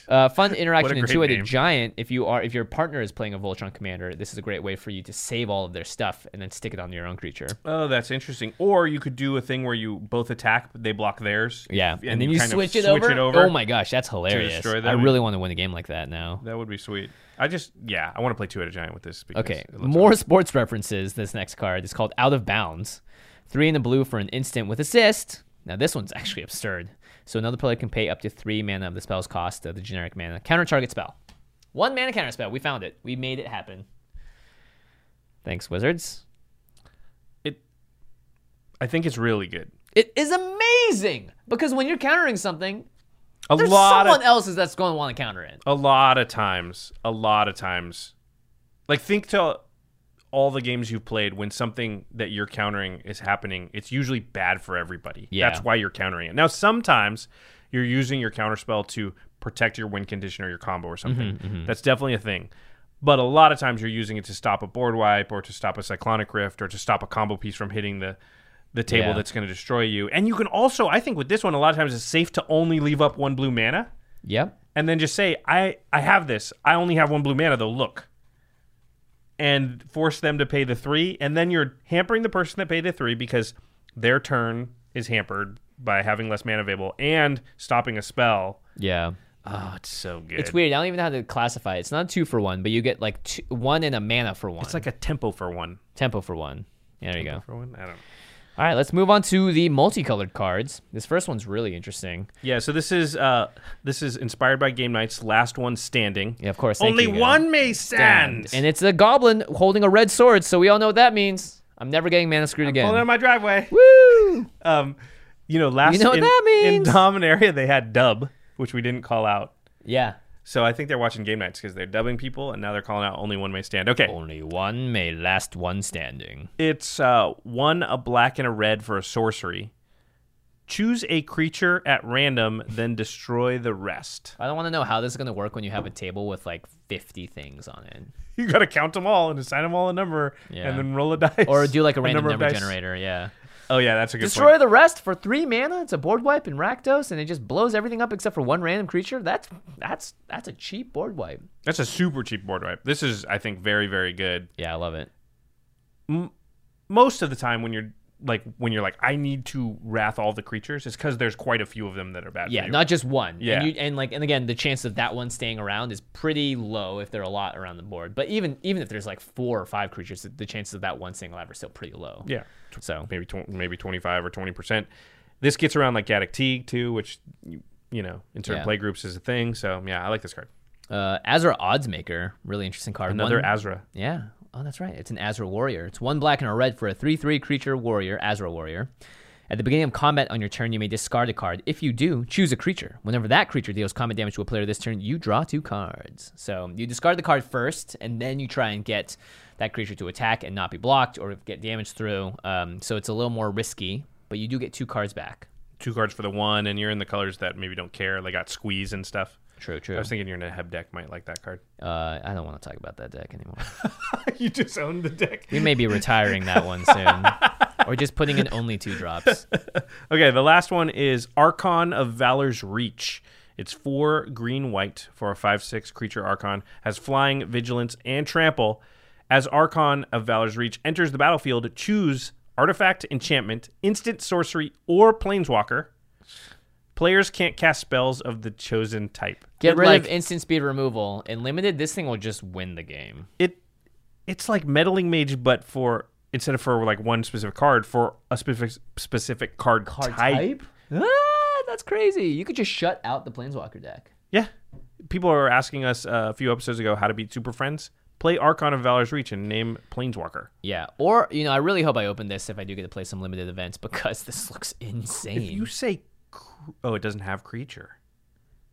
Uh, fun interaction in great two-headed name. giant. If you are, if your partner is playing a Voltron commander, this is a great way for you to save all of their stuff and then stick it onto your own creature. Oh, that's interesting. Or you could do a thing where you both attack, but they block theirs. Yeah, and, then you, kind of switch, it, switch over. it over. Oh my gosh, that's hilarious! destroy I them. really want to win a game like that now. That would be sweet. I just, yeah, I want to play two at a giant with this. Because Okay, it looks more sports references. This next card is called Out of Bounds. Three in the blue for an instant with assist. Now, this one's actually absurd. So, another player can pay up to three mana of the spell's cost of the generic mana. Counter target spell. One mana counter spell. We found it. We made it happen. Thanks, Wizards. It, I think it's really good. It is amazing because when you're countering something, A there's lot someone of, else's that's going to want to counter it. a lot of times, a lot of times, like think to all the games you've played, when something that you're countering is happening, it's usually bad for everybody. Yeah. That's why you're countering it. Now, sometimes you're using your counterspell to protect your win condition or your combo or something. Mm-hmm, That's definitely a thing. But a lot of times you're using it to stop a board wipe or to stop a cyclonic rift or to stop a combo piece from hitting the the table Yeah. that's going to destroy you. And you can also, I think with this one, a lot of times it's safe to only leave up one blue mana Yep. and then just say, I, I have this. I only have one blue mana, though. Look. And force them to pay the three. And then you're hampering the person that paid the three because their turn is hampered by having less mana available and stopping a spell. Yeah. Oh, it's so good. It's weird. I don't even know how to classify it. It's not a two for one, but you get like two, one and a mana for one. It's like a tempo for one. tempo for one. Yeah, there you go. For one? I don't know. All right, let's move on to the multicolored cards. This first one's really interesting. Yeah, so this is uh this is inspired by Game Night's last one standing. Yeah, of course. thank Only you, Gail. one may stand. And it's a goblin holding a red sword, so we all know what that means. I'm never getting mana screwed again. Pull it out of my driveway. Woo! Um, you know, last You know what in, that means. in Dominaria they had dub, which we didn't call out. Yeah. So I think they're watching game nights because they're dubbing people, and now they're calling out only one may stand. Okay, Only one may last one standing. it's uh, one a black and a red for a sorcery. Choose a creature at random, then destroy the rest. I don't want to know how this is going to work when you have a table with like 50 things on it. You got to count them all and assign them all a number, Yeah. and then roll a dice, Or do like a random number of number, dice. generator, yeah. Oh yeah, that's a good Destroy point. the rest for three mana. It's a board wipe in Rakdos, and it just blows everything up except for one random creature. That's that's that's a cheap board wipe. That's a super cheap board wipe. This is, I think, very very good. Yeah, I love it. most of the time when you're like when you're like I need to wrath all the creatures, it's because there's quite a few of them that are bad. for Yeah, you. not just one. Yeah. and, you, and like and again, the chance of that one staying around is pretty low if there are a lot around the board. But even even if there's like four or five creatures, the chances of that one staying alive are still pretty low. yeah, So maybe tw- maybe twenty five or twenty percent. This gets around like Gaddock Teague too, which you, you know in certain Yeah. play groups is a thing. So yeah, I like this card. uh, Azra Oddsmaker, really interesting card. Another One- Azra. Yeah. Oh, that's right. It's an Azra Warrior. It's one black and a red for a 3 3 creature warrior, Azra Warrior. At the beginning of combat on your turn, you may discard a card. If you do, choose a creature. Whenever that creature deals combat damage to a player this turn, you draw two cards. So you discard the card first, and then you try and get that creature to attack and not be blocked or get damage through. Um, so it's a little more risky, but you do get two cards back. Two cards for the one, and you're in the colors that maybe don't care. They got squeeze and stuff. True, I true. was thinking your Neheb deck might like that card. Uh, I don't want to talk about that deck anymore. you just owned the deck. we may be retiring that one soon, or just putting in only two drops. Okay, the last one is Archon of Valor's Reach. It's four green white for a 5 6 creature Archon, has flying, vigilance, and trample. As Archon of Valor's Reach enters the battlefield, choose artifact, enchantment, instant sorcery, or planeswalker. Players can't cast spells of the chosen type. Get It, rid like, of instant speed removal and limited. This thing will just win the game. it. It's like meddling mage, but for instead of for like one specific card, for a specific specific card, type. Ah, that's crazy. You could just shut out the planeswalker deck. Yeah. People are asking us uh, a few episodes ago how to beat Super Friends. Play Archon of Valor's Reach and name Planeswalker. Yeah, or you know, I really hope I open this if I do get to play some limited events because this looks insane. If you say, cr- oh, it doesn't have creature.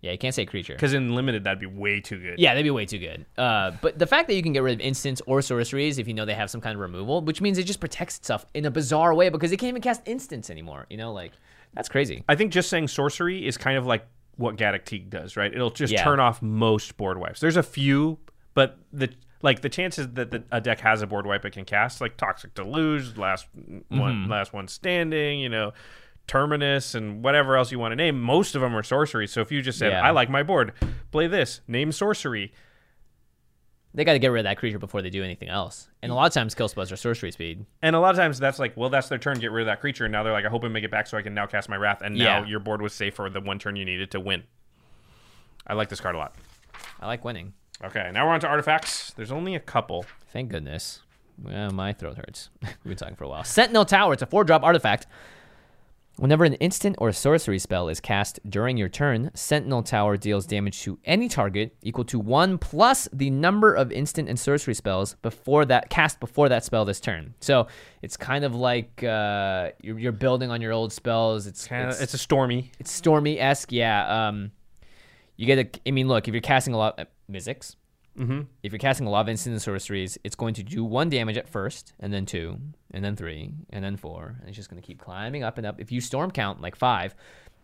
yeah, you can't say creature. Because in limited, that'd be way too good. Yeah, that'd be way too good. Uh, but the fact that you can get rid of instants or sorceries if you know they have some kind of removal, which means it just protects itself in a bizarre way because it can't even cast instants anymore. You know, like that's crazy. I think just saying sorcery is kind of like what Gaddock Teague does, right? It'll just Yeah. turn off most board wipes. There's a few, but the like the chances that the, a deck has a board wipe it can cast, like Toxic Deluge, last Mm-hmm. one, last one standing, you know, Terminus, and whatever else you want to name. Most of them are sorcery. So if you just said, Yeah. "I like my board, play this," name sorcery. They got to get rid of that creature before they do anything else. And a lot of times, kill spells are sorcery speed. And a lot of times that's like, well, that's their turn. Get rid of that creature. And now they're like, I hope I make it back so I can now cast my wrath. And now Yeah. your board was safe for the one turn you needed to win. I like this card a lot. I like winning. Okay, now we're on to artifacts. There's only a couple. Thank goodness. Well, my throat hurts. We've been talking for a while. Sentinel Tower. It's a four drop artifact. Whenever an instant or sorcery spell is cast during your turn, Sentinel Tower deals damage to any target equal to one plus the number of instant and sorcery spells before that cast before that spell this turn. So it's kind of like uh, you're, you're building on your old spells. It's Kinda- it's, it's, a stormy. it's stormy esque. Yeah. Um, you get a. I mean, look, if you're casting a lot, uh, Mizzix, Mm-hmm. If you're casting a lot of instant sorceries, it's going to do one damage at first, and then two, and then three, and then four, and it's just going to keep climbing up and up. If you storm count like five,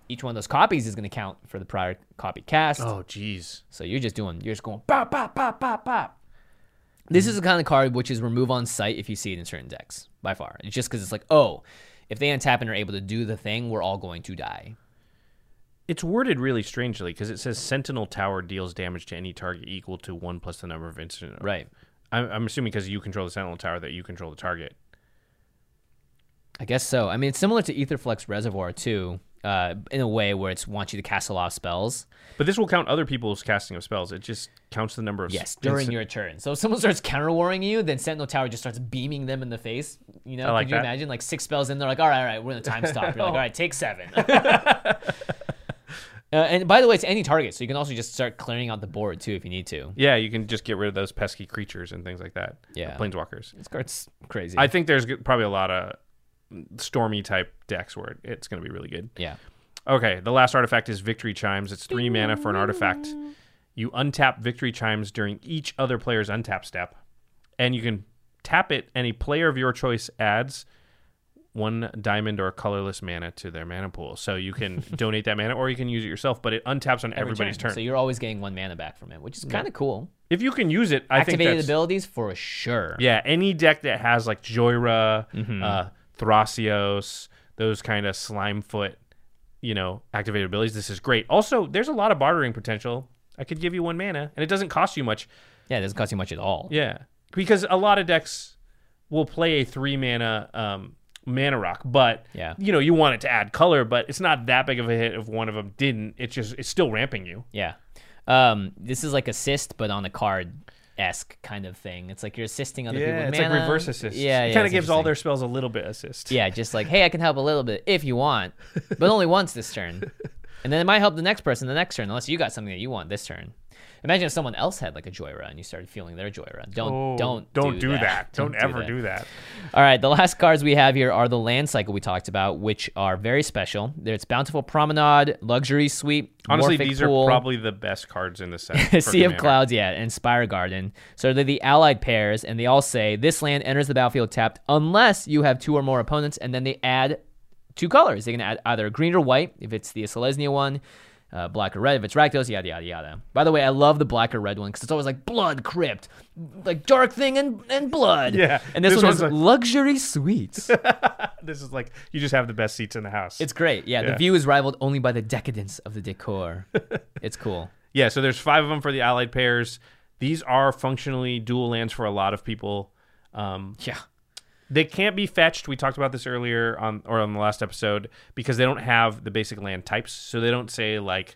each one of those copies is going to count for the prior copy cast. Oh, jeez. So you're just doing, you're just going pop, pop, pop, pop, pop. Mm-hmm. This is the kind of card which is remove on site if you see it in certain decks by far. It's just because it's like, oh, if they untap and are able to do the thing, we're all going to die. It's worded really strangely because it says Sentinel Tower deals damage to any target equal to one plus the number of incident. Right. I'm, I'm assuming because you control the Sentinel Tower that you control the target. I guess so. I mean, it's similar to Etherflux Reservoir too, uh, in a way where it's wants you to cast a lot of spells. But this will count other people's casting of spells. It just counts the number of Yes, s- during inci- your turn. So if someone starts counterwarring you, then Sentinel Tower just starts beaming them in the face. You know, I like could you that. imagine like six spells in? They're like, all right, all right, we're in the time stop. You're like, all right, take seven. Uh, and by the way, it's any target, so you can also just start clearing out the board too if you need to. Yeah, you can just get rid of those pesky creatures and things like that. Yeah. planeswalkers. This card's crazy. I think there's g- probably a lot of stormy type decks where it's going to be really good. yeah. Okay, the last artifact is Victory Chimes. It's three mana for an artifact. You untap Victory Chimes during each other player's untap step, and you can tap it, and a player of your choice adds one diamond or colorless mana to their mana pool. So you can donate that mana, or you can use it yourself, but it untaps on Every everybody's turn. So you're always getting one mana back from it, which is kind of cool. if you can use it, I think Activated that's, abilities for sure. Yeah, any deck that has like Joyra, Mm-hmm. uh, Thrasios, those kind of Slimefoot, you know, activated abilities, this is great. Also, there's a lot of bartering potential. I could give you one mana, and it doesn't cost you much. Yeah, it doesn't cost you much at all. Yeah, because a lot of decks will play a three mana um, mana rock, but Yeah. you know, you want it to add color, but it's not that big of a hit if one of them didn't. It's just it's still ramping you. Yeah. Um, this is like assist, but on a card esque kind of thing. It's like you're assisting other people. it's with like mana. reverse assist. Yeah, it yeah, kind of it's gives all their interesting. spells a little bit assist. Yeah, just like hey, I can help a little bit if you want, but only once this turn, and then it might help the next person the next turn, unless you got something that you want this turn. Imagine if someone else had like a Joyra and you started feeling their Joyra. Don't Oh, don't don't do, that. Don't, ever that. do that. All right, the last cards we have here are the land cycle we talked about, which are very special. There's Bountiful Promenade, Luxury Suite. Honestly, Morphic these Pool, are probably the best cards in the set. for sea of Commander. Clouds, yeah, and Spire Garden. So they're the allied pairs, and they all say this land enters the battlefield tapped unless you have two or more opponents, and then they add two colors. They can add either green or white if it's the Selesnya one, uh, black or red if it's Rakdos, yada yada yada. By the way, I love the black or red one because it's always like blood crypt, like dark thing and and blood. Yeah, and this, this one has one's like- luxury suites. This is like you just have the best seats in the house. It's great. Yeah, the Yeah. view is rivaled only by the decadence of the decor. it's cool. yeah. So there's five of them for the allied pairs. These are functionally dual lands for a lot of people. Um, Yeah. they can't be fetched. We talked about this earlier on or on the last episode because they don't have the basic land types. So they don't say like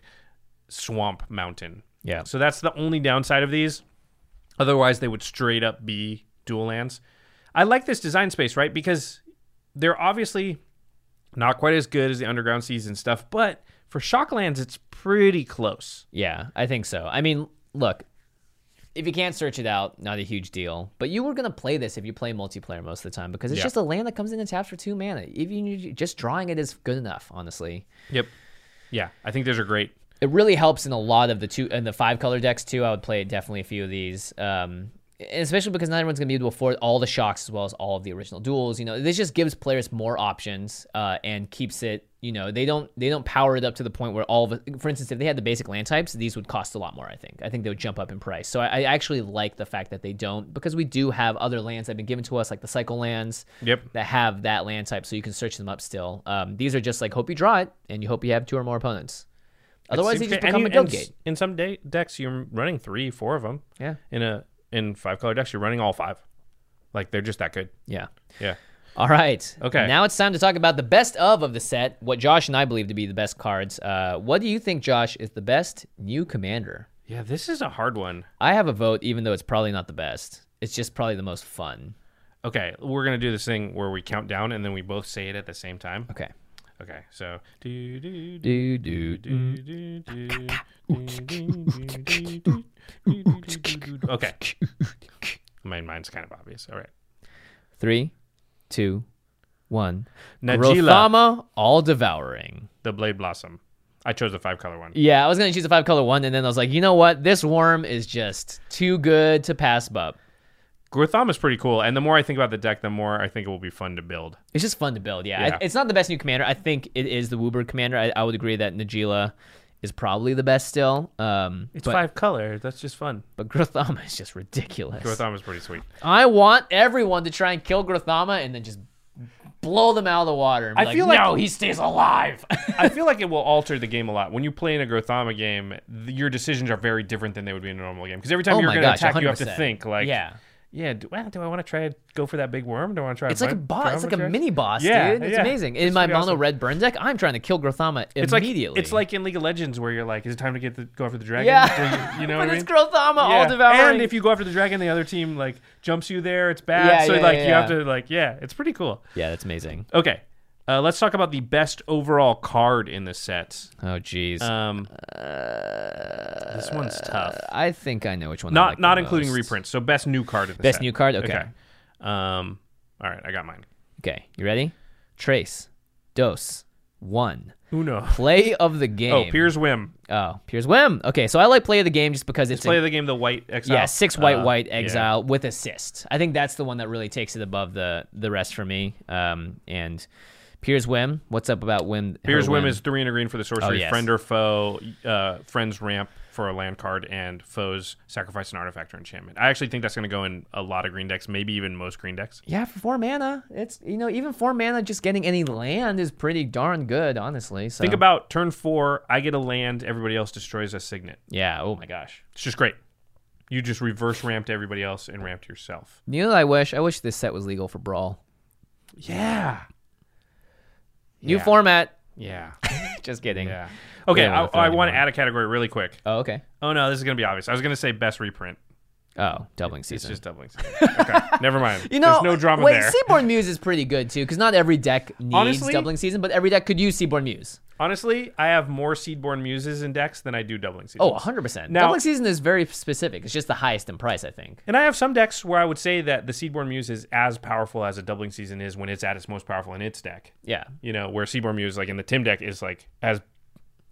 swamp mountain. Yeah. So that's the only downside of these. Otherwise, they would straight up be dual lands. I like this design space, right? Because they're obviously not quite as good as the underground seas and stuff, but for shocklands, it's pretty close. Yeah, I think so. I mean, look, if you can't search it out, not a huge deal. But you were gonna play this if you play multiplayer most of the time because it's Yeah. just a land that comes in and taps for two mana. Even you- just drawing it is good enough, honestly. Yep. Yeah, I think those are great. It really helps in a lot of the two and the five color decks too. I would play definitely a few of these. Um, and especially because not everyone's going to be able to afford all the shocks as well as all of the original duels. You know, this just gives players more options uh, and keeps it. You know, they don't they don't power it up to the point where all of. it- For instance, if they had the basic land types, these would cost a lot more. I think. I think they would jump up in price. So I, I actually like the fact that they don't because we do have other lands that have been given to us, like the cycle lands. Yep. That have that land type, so you can search them up still. Um, these are just like hope you draw it and you hope you have two or more opponents. Otherwise, they Seems just good. And become you- a guild and s- gate. In some de- decks, you're running three, four of them. Yeah. In a in five color decks, you're running all five. Like they're just that good. Yeah. Yeah. All right. Okay. Now it's time to talk about the best of of the set. What Josh and I believe to be the best cards. Uh, what do you think, Josh, is the best new commander? Yeah, this is a hard one. I have a vote, even though it's probably not the best. It's just probably the most fun. Okay, we're gonna do this thing where we count down and then we both say it at the same time. Okay. Okay, so do do do Do do. do. do do do do, do, do, do, do. Okay. My mind's kind of obvious. All right. Three, two, one. Najila, Grothama, all devouring. the blade blossom. I chose the five color one. Yeah, I was gonna choose a five color one, and then I was like, you know what? This worm is just too good to pass up. Gortham is pretty cool, and the more I think about the deck, the more I think it will be fun to build. It's just fun to build. Yeah, Yeah. I- it's not the best new commander. I think it is the Woober commander. I, I would agree that Najila is probably the best still. Um, It's but, five color. That's just fun. But Grothama is just ridiculous. Gortham is pretty sweet. I want everyone to try and kill Grothama and then just blow them out of the water. And be I feel like- no, he stays alive. I feel like it will alter the game a lot. When you play in a Grothama game, th- your decisions are very different than they would be in a normal game. Because every time Oh you're my going to gosh, attack, you have to 100%. think like, Yeah. yeah. Do, well, do I want to try to go for that big worm? Do I want to try? It's like a boss. It's like a mini boss, Yeah, dude. It's yeah. amazing. In It's my pretty mono awesome. red burn deck, I'm trying to kill Grothama It's like immediately. it's like in League of Legends where you're like, is it time to get the go after the dragon? Yeah. Do you, you know but what I it's mean? Grothama Yeah. all devouring. And if you go after the dragon, the other team like jumps you there. It's bad. Yeah, so yeah, like yeah, you yeah. have to like yeah, it's pretty cool. yeah, that's amazing. Okay, uh, let's talk about the best overall card in the set. Oh, jeez. Um, this one's tough. Uh, I think I know which one. I Not like the not including most. reprints. So best new card in the Best set. new card? Okay. Um, all right, I got mine. Okay, you ready? Trace, dos, one. Uno. Play of the game. Oh, Piers Wim. Oh, Piers Wim. Okay, so I like play of the game just because it's Play a, of the game, the white exile. yeah six white Uh, white yeah. exile with assist. I think that's the one that really takes it above the the rest for me. Um, and Piers Wim, what's up about Wim? Piers her Wim is three and a green for the sorcery. Oh, yes. Friend or foe, uh, friends ramp for a land card, and foes sacrifice an artifact or enchantment. I actually think that's going to go in a lot of green decks, maybe even most green decks. yeah for four mana. It's you know even four mana just getting any land is pretty darn good honestly. So Think about turn four, I get a land, everybody else destroys a signet. yeah. Oh my gosh. It's just great. You just reverse ramped everybody else and ramped yourself. You know what I wish? I wish this set was legal for Brawl. Yeah. New format. Yeah. Just kidding. Yeah. Okay, don't I, wanna throw I want to anymore. add a category really quick. Oh, okay. Oh no, this is gonna be obvious. I was gonna say best reprint. Oh, doubling It's season. just doubling. season. Okay, never mind. you know, There's no drama wait, there. Seaborn Muse is pretty good too, because not every deck needs Honestly- doubling season, but every deck could use Seaborn Muse. Honestly, I have more Seedborn Muses in decks than I do doubling seasons. Oh, 100%. Now- doubling season is very specific. It's just the highest in price, I think. And I have some decks where I would say that the Seedborn Muse is as powerful as a doubling season is when it's at its most powerful in its deck. Yeah. You know, where Seedborn Muse, like in the Tim deck, is like as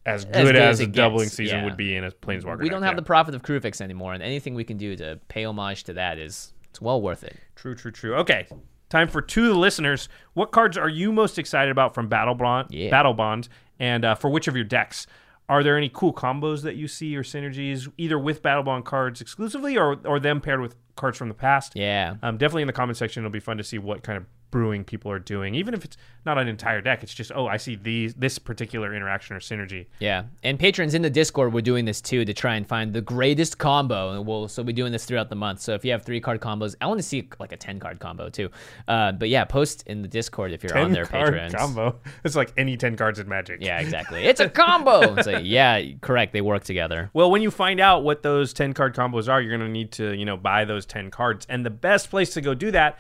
as good As as, good as a it doubling gets, season yeah. would be in a Planeswalker. We don't deck, have the profit of Kruvix anymore, and anything we can do to pay homage to that is it's well worth it. yeah. true, true, true. Okay, time for two of the listeners. What cards are you most excited about from Battle Bond? Yeah. Battle Bond, and uh, for which of your decks? Are there any cool combos that you see or synergies, either with Battle Bond cards exclusively or or them paired with cards from the past? Yeah. Um, definitely in the comment section, it'll be fun to see what kind of brewing people are doing. Even if it's not an entire deck, it's just oh, I see these this particular interaction or synergy. Yeah, and patrons in the Discord, we're doing this too to try and find the greatest combo, and we'll so we'll be doing this throughout the month. So if you have three card combos, I want to see like a ten card combo too. Uh, but yeah, post in the Discord if you're on there, patrons. combo. It's like any ten cards in Magic. Yeah, exactly. It's a combo. It's like, yeah, correct. They work together. Well, when you find out what those 10 card combos are, you're going to need to, you know, buy those 10 cards. And the best place to go do that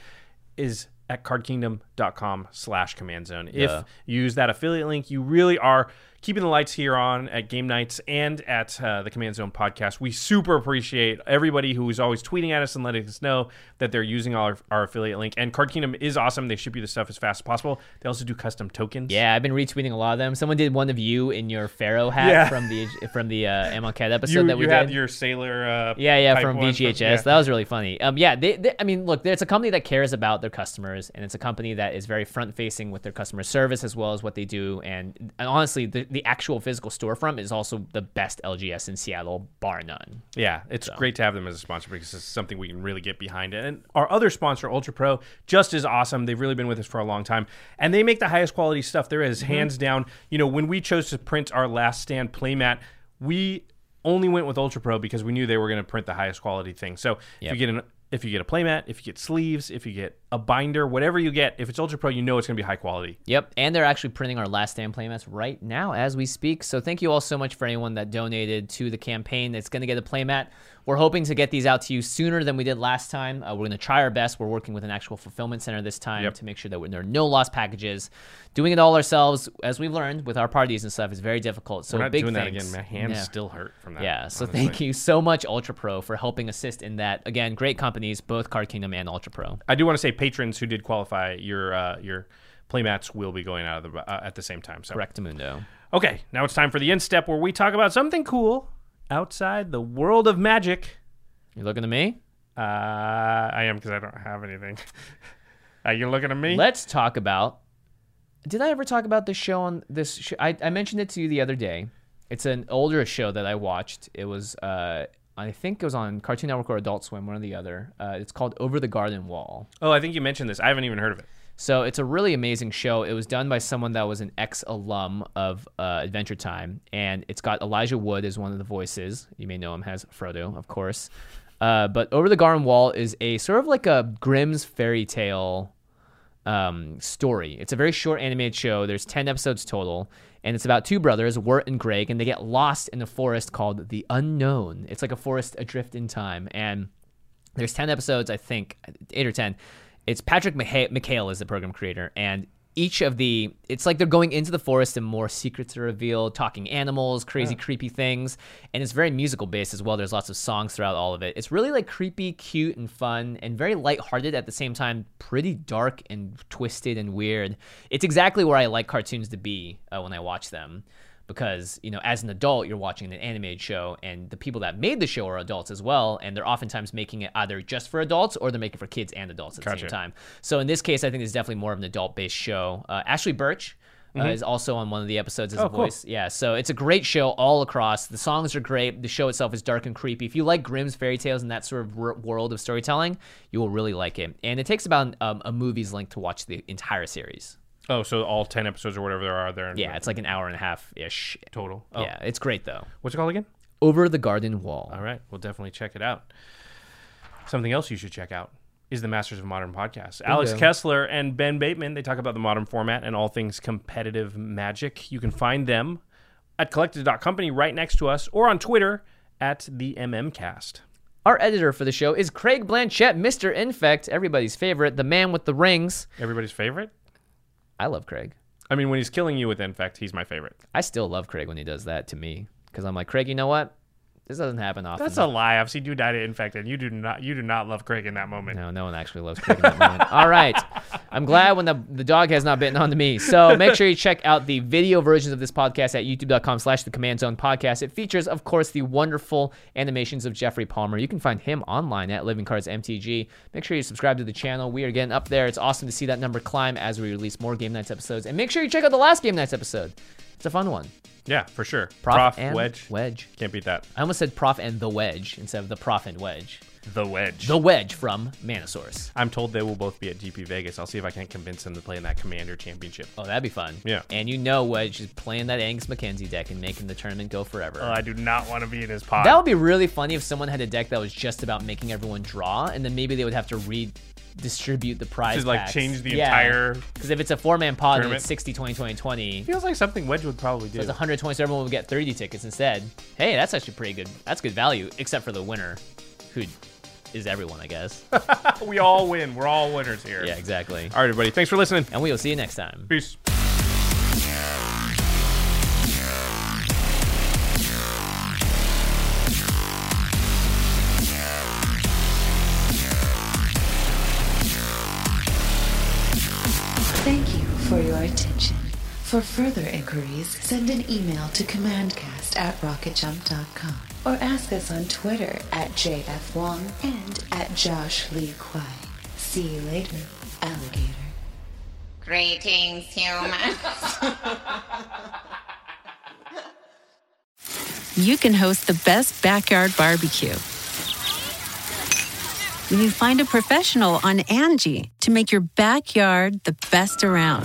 is at cardkingdom.com slash command zone. Yeah. If you use that affiliate link, you really are keeping the lights here on at game nights and at uh, the command zone podcast. We super appreciate everybody who is always tweeting at us and letting us know that they're using our, our affiliate link. And Card Kingdom is awesome. They ship you the stuff as fast as possible. They also do custom tokens. Yeah, I've been retweeting a lot of them. Someone did one of you in your pharaoh hat Yeah. from the from the uh, MLCAT episode You, that we you did. had your sailor. Uh, Yeah, yeah, type from one VGHS. yeah. That was really funny. Um, yeah, they, they, I mean, look, it's a company that cares about their customers, and it's a company that is very front facing with their customer service as well as what they do. And, and honestly, the, the actual physical storefront is also the best LGS in Seattle, bar none. Yeah, it's great to have them as a sponsor because it's something we can really get behind. And our other sponsor, Ultra Pro, just as awesome. They've really been with us for a long time, and they make the highest quality stuff there is, Mm-hmm. hands down. You know, when we chose to print our Last Stand playmat, we only went with Ultra Pro because we knew they were going to print the highest quality thing. So if you get an if you get a playmat, if you get sleeves, if you get a binder, whatever you get, if it's Ultra Pro, you know it's going to be high quality. Yep, and they're actually printing our last stand playmats right now as we speak. So thank you all so much for anyone that donated to the campaign. That's going to get a playmat. We're hoping to get these out to you sooner than we did last time. Uh, we're going to try our best. We're working with an actual fulfillment center this time to make sure that there are no lost packages. Doing it all ourselves, as we've learned with our parties and stuff, is very difficult. So We're not big doing thanks. that again. My hands Yeah. still hurt from that. Yeah, so honestly. thank you so much, Ultra Pro, for helping assist in that. Again, great companies, both Card Kingdom and Ultra Pro. I do want to say patrons who did qualify your uh, your playmats will be going out of the uh, at the same time. So Correctamundo. Okay, now it's time for the end step where we talk about something cool outside the world of magic. You looking at me? Uh, I am because I don't have anything. uh, you're looking at me. Let's talk about. Did I ever talk about this show on this? Sh- I, I mentioned it to you the other day. It's an older show that I watched. It was, uh, I think it was on Cartoon Network or Adult Swim, one or the other. Uh, it's called Over the Garden Wall. oh, I think you mentioned this. I haven't even heard of it. So it's a really amazing show. It was done by someone that was an ex alum of uh, Adventure Time, and it's got Elijah Wood as one of the voices. You may know him as Frodo, of course. Uh, but Over the Garden Wall is a sort of like a Grimm's fairy tale um, story. It's a very short animated show. There's 10 episodes total, and it's about two brothers, Wirt and Greg, and they get lost in a forest called the Unknown. It's like a forest adrift in time, and there's 10 episodes, I think, 8 or 10. It's Patrick Maha- McHale is the program creator, and each of the it's like they're going into the forest and more secrets are revealed talking animals crazy creepy things and it's very musical based as well there's lots of songs throughout all of it it's really like creepy cute and fun and very lighthearted at the same time pretty dark and twisted and weird it's exactly where i like cartoons to be uh, when i watch them because you know as an adult you're watching an animated show and the people that made the show are adults as well and they're oftentimes making it either just for adults or they're making it for kids and adults at the same Gotcha. time so in this case i think it's definitely more of an adult based show uh, ashley birch uh, is also on one of the episodes as a Mm-hmm. Oh, cool. voice yeah so it's a great show all across the songs are great the show itself is dark and creepy if you like grimm's fairy tales and that sort of wor- world of storytelling you will really like it and it takes about um, a movie's length to watch the entire series Oh, so all ten episodes or whatever there are there. yeah it's like an hour and a half ish total. Oh. yeah it's great though What's it called again? over the garden wall. All right, we'll definitely check it out. Something else you should check out is the Masters of Modern podcast. Alex Kessler and Ben Bateman, they talk about the modern format and all things competitive magic. You can find them at collective.company right next to us or on Twitter at the MMcast. Our editor for the show is Craig Blanchett, Mr. Infect, everybody's favorite, the man with the rings. Everybody's favorite? I love Craig. I mean, when he's killing you with Infect, he's my favorite. I still love Craig when he does that to me because I'm like, Craig, you know what? This doesn't happen often. That's a lie. I've seen you die to Infect, and you do not you do not love Craig in that moment. no, no one actually loves Craig in that moment. All right. I'm glad when the, the dog has not bitten onto me. So make sure you check out the video versions of this podcast at youtube.com slash the command zone podcast. It features, of course, the wonderful animations of Jeffrey Palmer. You can find him online at Living Cards MTG. Make sure you subscribe to the channel. We are getting up there. It's awesome to see that number climb as we release more Game Nights episodes. And make sure you check out the last Game Nights episode. It's a fun one. Yeah, for sure. Prof, Prof, and Wedge. Wedge. Can't beat that. I almost said Prof and the Wedge instead of the Prof and Wedge. The Wedge. The Wedge from Manosaurus. I'm told they will both be at GP Vegas. I'll see if I can't convince them to play in that Commander Championship. Oh, that'd be fun. Yeah. And you know Wedge is playing that Angus McKenzie deck and making the tournament go forever. Oh, I do not want to be in his pod. that would be really funny if someone had a deck that was just about making everyone draw, and then maybe they would have to redistribute the prize. like, packs. change the entire Because if it's a four man pod, then tournament. it's 60, 20, 20, 20. feels like something Wedge would probably do. It's 120, so everyone would get 30 tickets instead. Hey, that's actually pretty good. That's good value, except for the winner, who is everyone, I guess. we all win. We're all winners here. yeah, exactly. All right, everybody. Thanks for listening. And we will see you next time. Peace. Thank you for your attention. For further inquiries, send an email to commandcast at rocketjump.com or ask us on Twitter at JF Wong and at Josh Lee Kwai. See you later, alligator. Greetings, humans. you can host the best backyard barbecue. When you find a professional on Angie to make your backyard the best around.